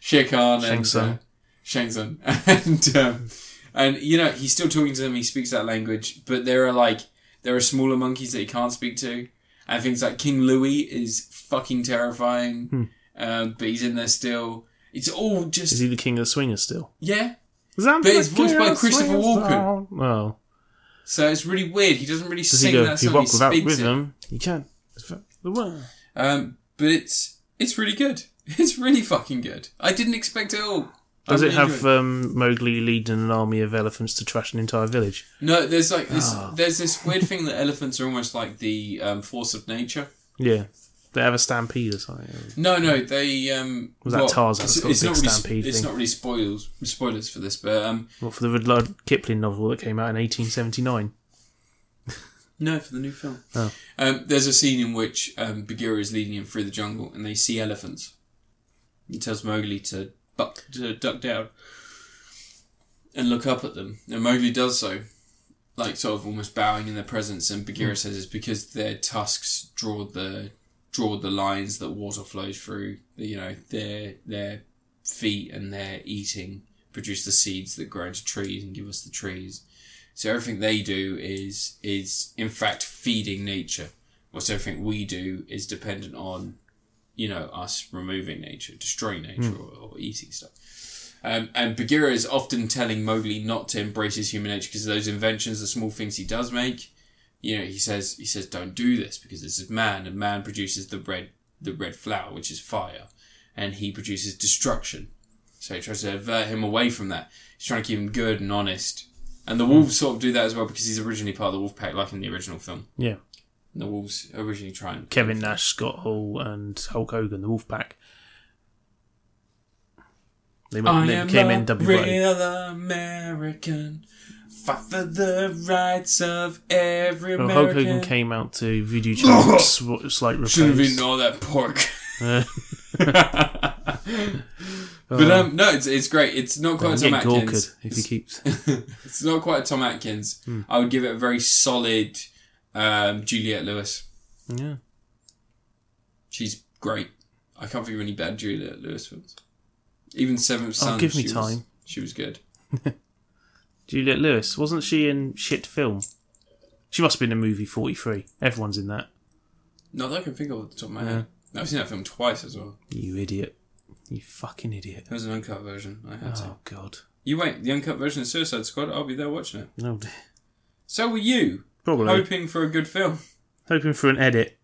S2: Shere Khan,
S1: Shang
S2: and,
S1: Tsung.
S2: uh, Shang Tsung. and um, and you know he's still talking to them. He speaks that language, but there are like there are smaller monkeys that he can't speak to, and things like King Louis is fucking terrifying. Um, but he's in there still. It's all
S1: Hmm. Is
S2: just
S1: he the king of the swingers still?
S2: yeah.
S1: But
S2: it's voiced by Christopher Walken.
S1: Oh, Well,
S2: So it's really weird. He doesn't really
S1: does
S2: sing
S1: he go?
S2: that
S1: If you
S2: song. He
S1: walk without
S2: speaks it.
S1: rhythm, you can't. The world.
S2: Um, but it's it's really good. It's really fucking good. I didn't expect it at all. I
S1: Does it
S2: really
S1: have
S2: enjoyed
S1: um, Mowgli leading an army of elephants to trash an entire village?
S2: No, there's like this.
S1: Ah.
S2: There's this weird thing that elephants are almost like the um, force of nature.
S1: Yeah. They have a stampede or something.
S2: No, no, they. Um,
S1: Was that Tarzan?
S2: It's,
S1: It's got a
S2: it's
S1: big
S2: not really,
S1: stampede
S2: It's
S1: thing.
S2: not really spoilers spoilers for this, but um,
S1: Well, for the Rudyard Kipling novel that came out in 1879.
S2: no, for the new film.
S1: Oh.
S2: Um, there's a scene in which um, Bagheera is leading him through the jungle, and they see elephants. He tells Mowgli to buck to duck down and look up at them, and Mowgli does so, like sort of almost bowing in their presence. And Bagheera says it's because their tusks draw the draw the lines that water flows through. You know their their feet and their eating produce the seeds that grow into trees and give us the trees. So everything they do is is in fact feeding nature. Whilst everything we do is dependent on, you know, us removing nature, destroying nature, or, or eating stuff. Um, and Bagheera is often telling Mowgli not to embrace his human nature because of those inventions, the small things he does make. You know, he says he says don't do this because this is man, and man produces the red the red flower, which is fire, and he produces destruction. So he tries to avert him away from that. He's trying to keep him good and honest. And the wolves sort of do that as well because he's originally part of the wolf pack, like in the original film.
S1: Yeah.
S2: And the wolves originally try and
S1: Kevin Nash, Scott Hall, and Hulk Hogan, the Wolfpack. They, went, they became NWA.
S2: real American. Fight for the rights of every
S1: Well, Hulk
S2: American.
S1: Hogan came out to Voodoo Child, sw- slight
S2: Shouldn't have
S1: replace.
S2: eaten all that pork.
S1: Uh,
S2: But um, no, it's, it's great. It's not quite Tom
S1: get
S2: Atkins.
S1: Gorked if he keeps.
S2: It's not quite a Tom Atkins.
S1: Hmm.
S2: I would give it a very solid um, Juliet Lewis.
S1: Yeah.
S2: She's great. I can't think of any bad Juliet Lewis films. Even Seventh
S1: Oh,
S2: Son.
S1: give me
S2: she Was,
S1: time.
S2: she was good.
S1: Juliet Lewis wasn't she in shit film? She must have been in movie forty three. Everyone's in that.
S2: Not that I can think of off the top of my head. I've seen that film twice as well.
S1: You idiot! You fucking idiot!
S2: There was an uncut version. I had to.
S1: Oh god!
S2: You wait, the uncut version of Suicide Squad, I'll be there watching it.
S1: No,
S2: So were you,
S1: probably
S2: hoping for a good film.
S1: hoping for an edit.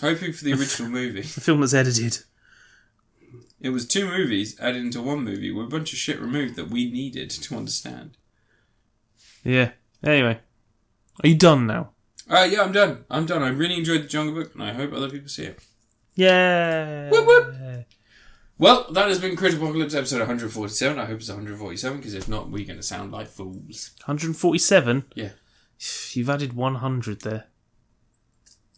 S2: Hoping for the original movie.
S1: A film that's edited.
S2: It was two movies added into one movie with a bunch of shit removed that we needed to understand.
S1: Yeah. Anyway, are you done now?
S2: Uh, yeah, I'm done. I'm done. I really enjoyed The Jungle Book, and I hope other people see it.
S1: Yeah.
S2: Whoop, whoop. Well, that has been Crit Apocalypse episode 147. I hope it's 147, because if not, we're going to sound like fools.
S1: Hundred and forty seven.
S2: Yeah.
S1: You've added one hundred there.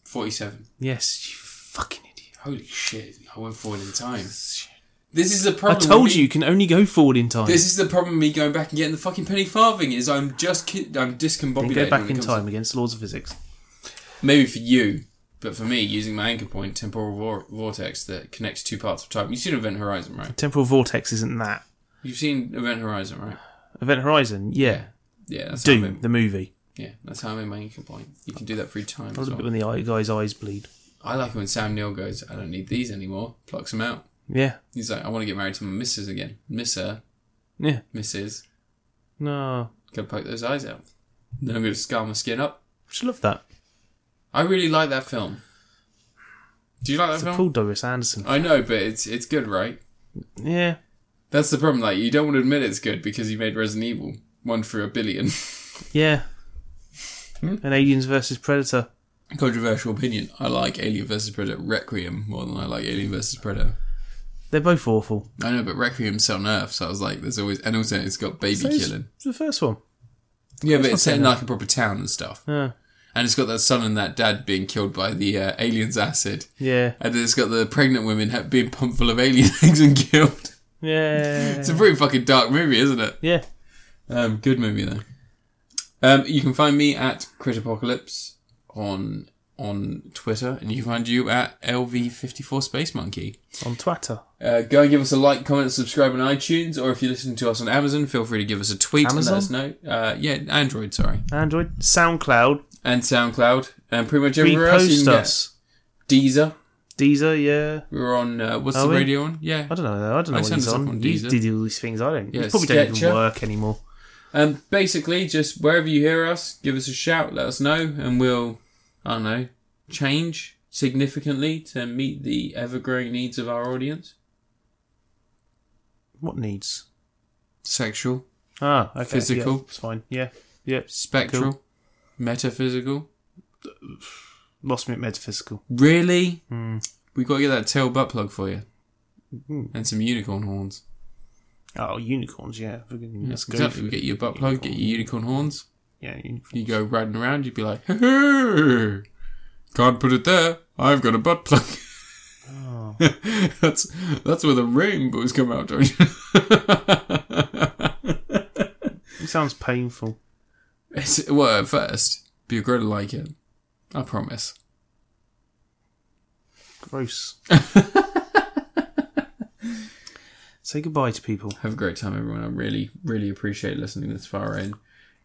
S2: 47.
S1: Yes. You fucking idiot.
S2: Holy shit, I went forward in time.
S1: Shit.
S2: This is the
S1: I
S2: problem. with
S1: told
S2: me-
S1: you you can only go forward in time.
S2: This is the problem with me going back and getting the fucking penny farthing, is I'm just ki- I'm discombobulated.
S1: Go
S2: when
S1: back
S2: it
S1: in
S2: comes
S1: time against laws of physics.
S2: maybe for you, but for me, using my anchor point, temporal vor- vortex that connects two parts of time. You've seen Event Horizon, right?
S1: Temporal vortex isn't that.
S2: You've seen Event Horizon, right?
S1: Event Horizon. Yeah.
S2: Yeah, that's how I
S1: Doom
S2: made,
S1: the movie.
S2: yeah, that's how I made my anchor point. You can do that through time
S1: I
S2: as
S1: love it
S2: well.
S1: when the eye, guy's eyes bleed.
S2: I like it when Sam Neill goes, "I don't need these anymore," plucks them out.
S1: Yeah,
S2: He's like, "I want to get married to my missus again, miss her,
S1: yeah.
S2: missus."
S1: No,
S2: Gonna poke those eyes out. Then I'm gonna scar my skin up.
S1: I should love that.
S2: I really like that film. Do you like that
S1: It's a
S2: film?
S1: Paul Doris Anderson.
S2: I know, but it's it's good, right?
S1: Yeah,
S2: That's the problem. Like you don't want to admit it's good because you made Resident Evil one for a billion.
S1: yeah.
S2: Hmm?
S1: And Aliens versus Predator.
S2: Controversial opinion. I like Alien vs Predator Requiem more than I like Alien vs Predator.
S1: They're both awful.
S2: I know, but Requiem's set on Earth, so I was like, there's always, and also it's got baby
S1: It's
S2: killing.
S1: the first one.
S2: Yeah, but
S1: not
S2: it's set
S1: set
S2: in like a proper town and stuff,
S1: Yeah.
S2: and it's got that son and that dad being killed by the uh, aliens acid,
S1: Yeah.
S2: and then it's got the pregnant women ha- being pumped full of alien eggs and killed.
S1: Yeah.
S2: It's a pretty fucking dark movie, isn't it?
S1: yeah.
S2: Um, good movie though. Um, you can find me at Crit Apocalypse on on Twitter, and you can find you at LV54 Space Monkey.
S1: On Twitter.
S2: Uh, go and give us a like, comment, subscribe on iTunes, or if you're listening to us on Amazon, feel free to give us a tweet and
S1: Amazon?
S2: let us know. Uh, yeah, Android, sorry,
S1: Android. SoundCloud.
S2: and SoundCloud, and pretty much everywhere else you
S1: Repost
S2: can
S1: us.
S2: get. Deezer,
S1: Deezer, yeah.
S2: we were on. Uh, what's
S1: Are
S2: the
S1: we?
S2: radio on? Yeah,
S1: I don't know though. I don't know
S2: I
S1: what
S2: send
S1: he's
S2: us up
S1: on.
S2: on
S1: You
S2: Deezer.
S1: did all these things. I don't.
S2: Yeah,
S1: you probably don't
S2: Sketcher.
S1: even work anymore.
S2: Um, basically, just wherever you hear us, give us a shout, let us know, and we'll, I don't know, change significantly to meet the ever growing needs of our audience.
S1: What needs?
S2: Sexual,
S1: Ah, okay. yeah,
S2: Physical.
S1: it's fine. Yeah. Yeah.
S2: spectral, metaphysical.
S1: Lost me at metaphysical.
S2: Really?
S1: Hmm.
S2: We've got to get that tail butt plug for you. And some unicorn horns.
S1: Oh, unicorns. Yeah. Fucking- Let's go.
S2: exactly.
S1: for
S2: We
S1: it.
S2: get you a butt plug, get you unicorn horns.
S1: Yeah. unicorn.
S2: You go riding around, you'd be like, can't put it there. I've got a butt plug.
S1: Oh.
S2: that's that's where the rainbows come out, don't you?
S1: It sounds painful.
S2: it's, well, at first, but you're going to like it. I promise.
S1: Gross. Say goodbye to people.
S2: Have a great time, everyone. I really, really appreciate listening this far in.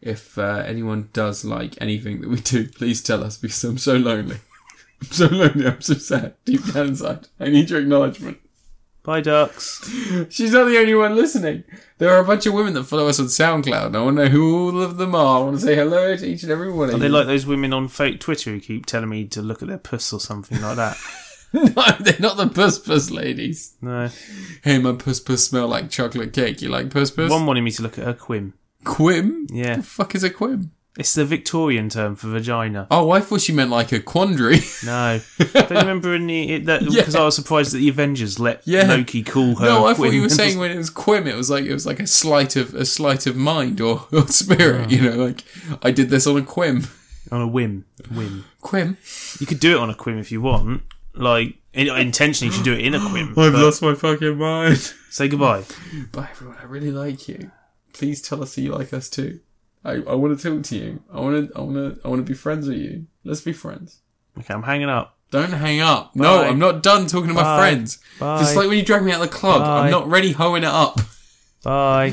S2: If uh, anyone does like anything that we do, please tell us because I'm so lonely. I'm so lonely. I'm so sad deep down inside. I need your acknowledgement.
S1: Bye, ducks.
S2: She's not the only one listening. There are a bunch of women that follow us on SoundCloud. I want to know who all of them are. I want to say hello to each and every one of
S1: Are
S2: you.
S1: they like those women on fake Twitter who keep telling me to look at their puss or something like that?
S2: no, they're not the puss puss ladies.
S1: No.
S2: Hey, my puss puss smell like chocolate cake. You like puss puss?
S1: One wanted me to look at her quim.
S2: Quim?
S1: Yeah.
S2: The fuck is a quim?
S1: It's the Victorian term for vagina.
S2: Oh, I thought she meant like a quandary.
S1: No. Don't you remember in the it, that
S2: Yeah.
S1: because I was surprised that the Avengers let
S2: Yeah.
S1: Loki call her.
S2: no, I thought
S1: Quinn.
S2: you were saying when it was quim, it was like it was like a sleight of a sleight of mind or, or spirit. You know, like I did this on a quim.
S1: on a whim. Whim.
S2: Quim.
S1: You could do it on a quim if you want. Like in, intentionally, you should do it in a quim.
S2: I've
S1: but
S2: lost my fucking mind.
S1: Say goodbye.
S2: Bye, everyone. I really like you. Please tell us that you like us too. I, I want to talk to you. I want to I want to I want to be friends with you. Let's be friends.
S1: Okay, I'm hanging up.
S2: Don't hang up. No,
S1: Bye.
S2: I'm not done talking to my
S1: Bye.
S2: friends.
S1: Bye.
S2: Just like when you drag me out of the club,
S1: Bye.
S2: I'm not ready hoeing it up.
S1: Bye.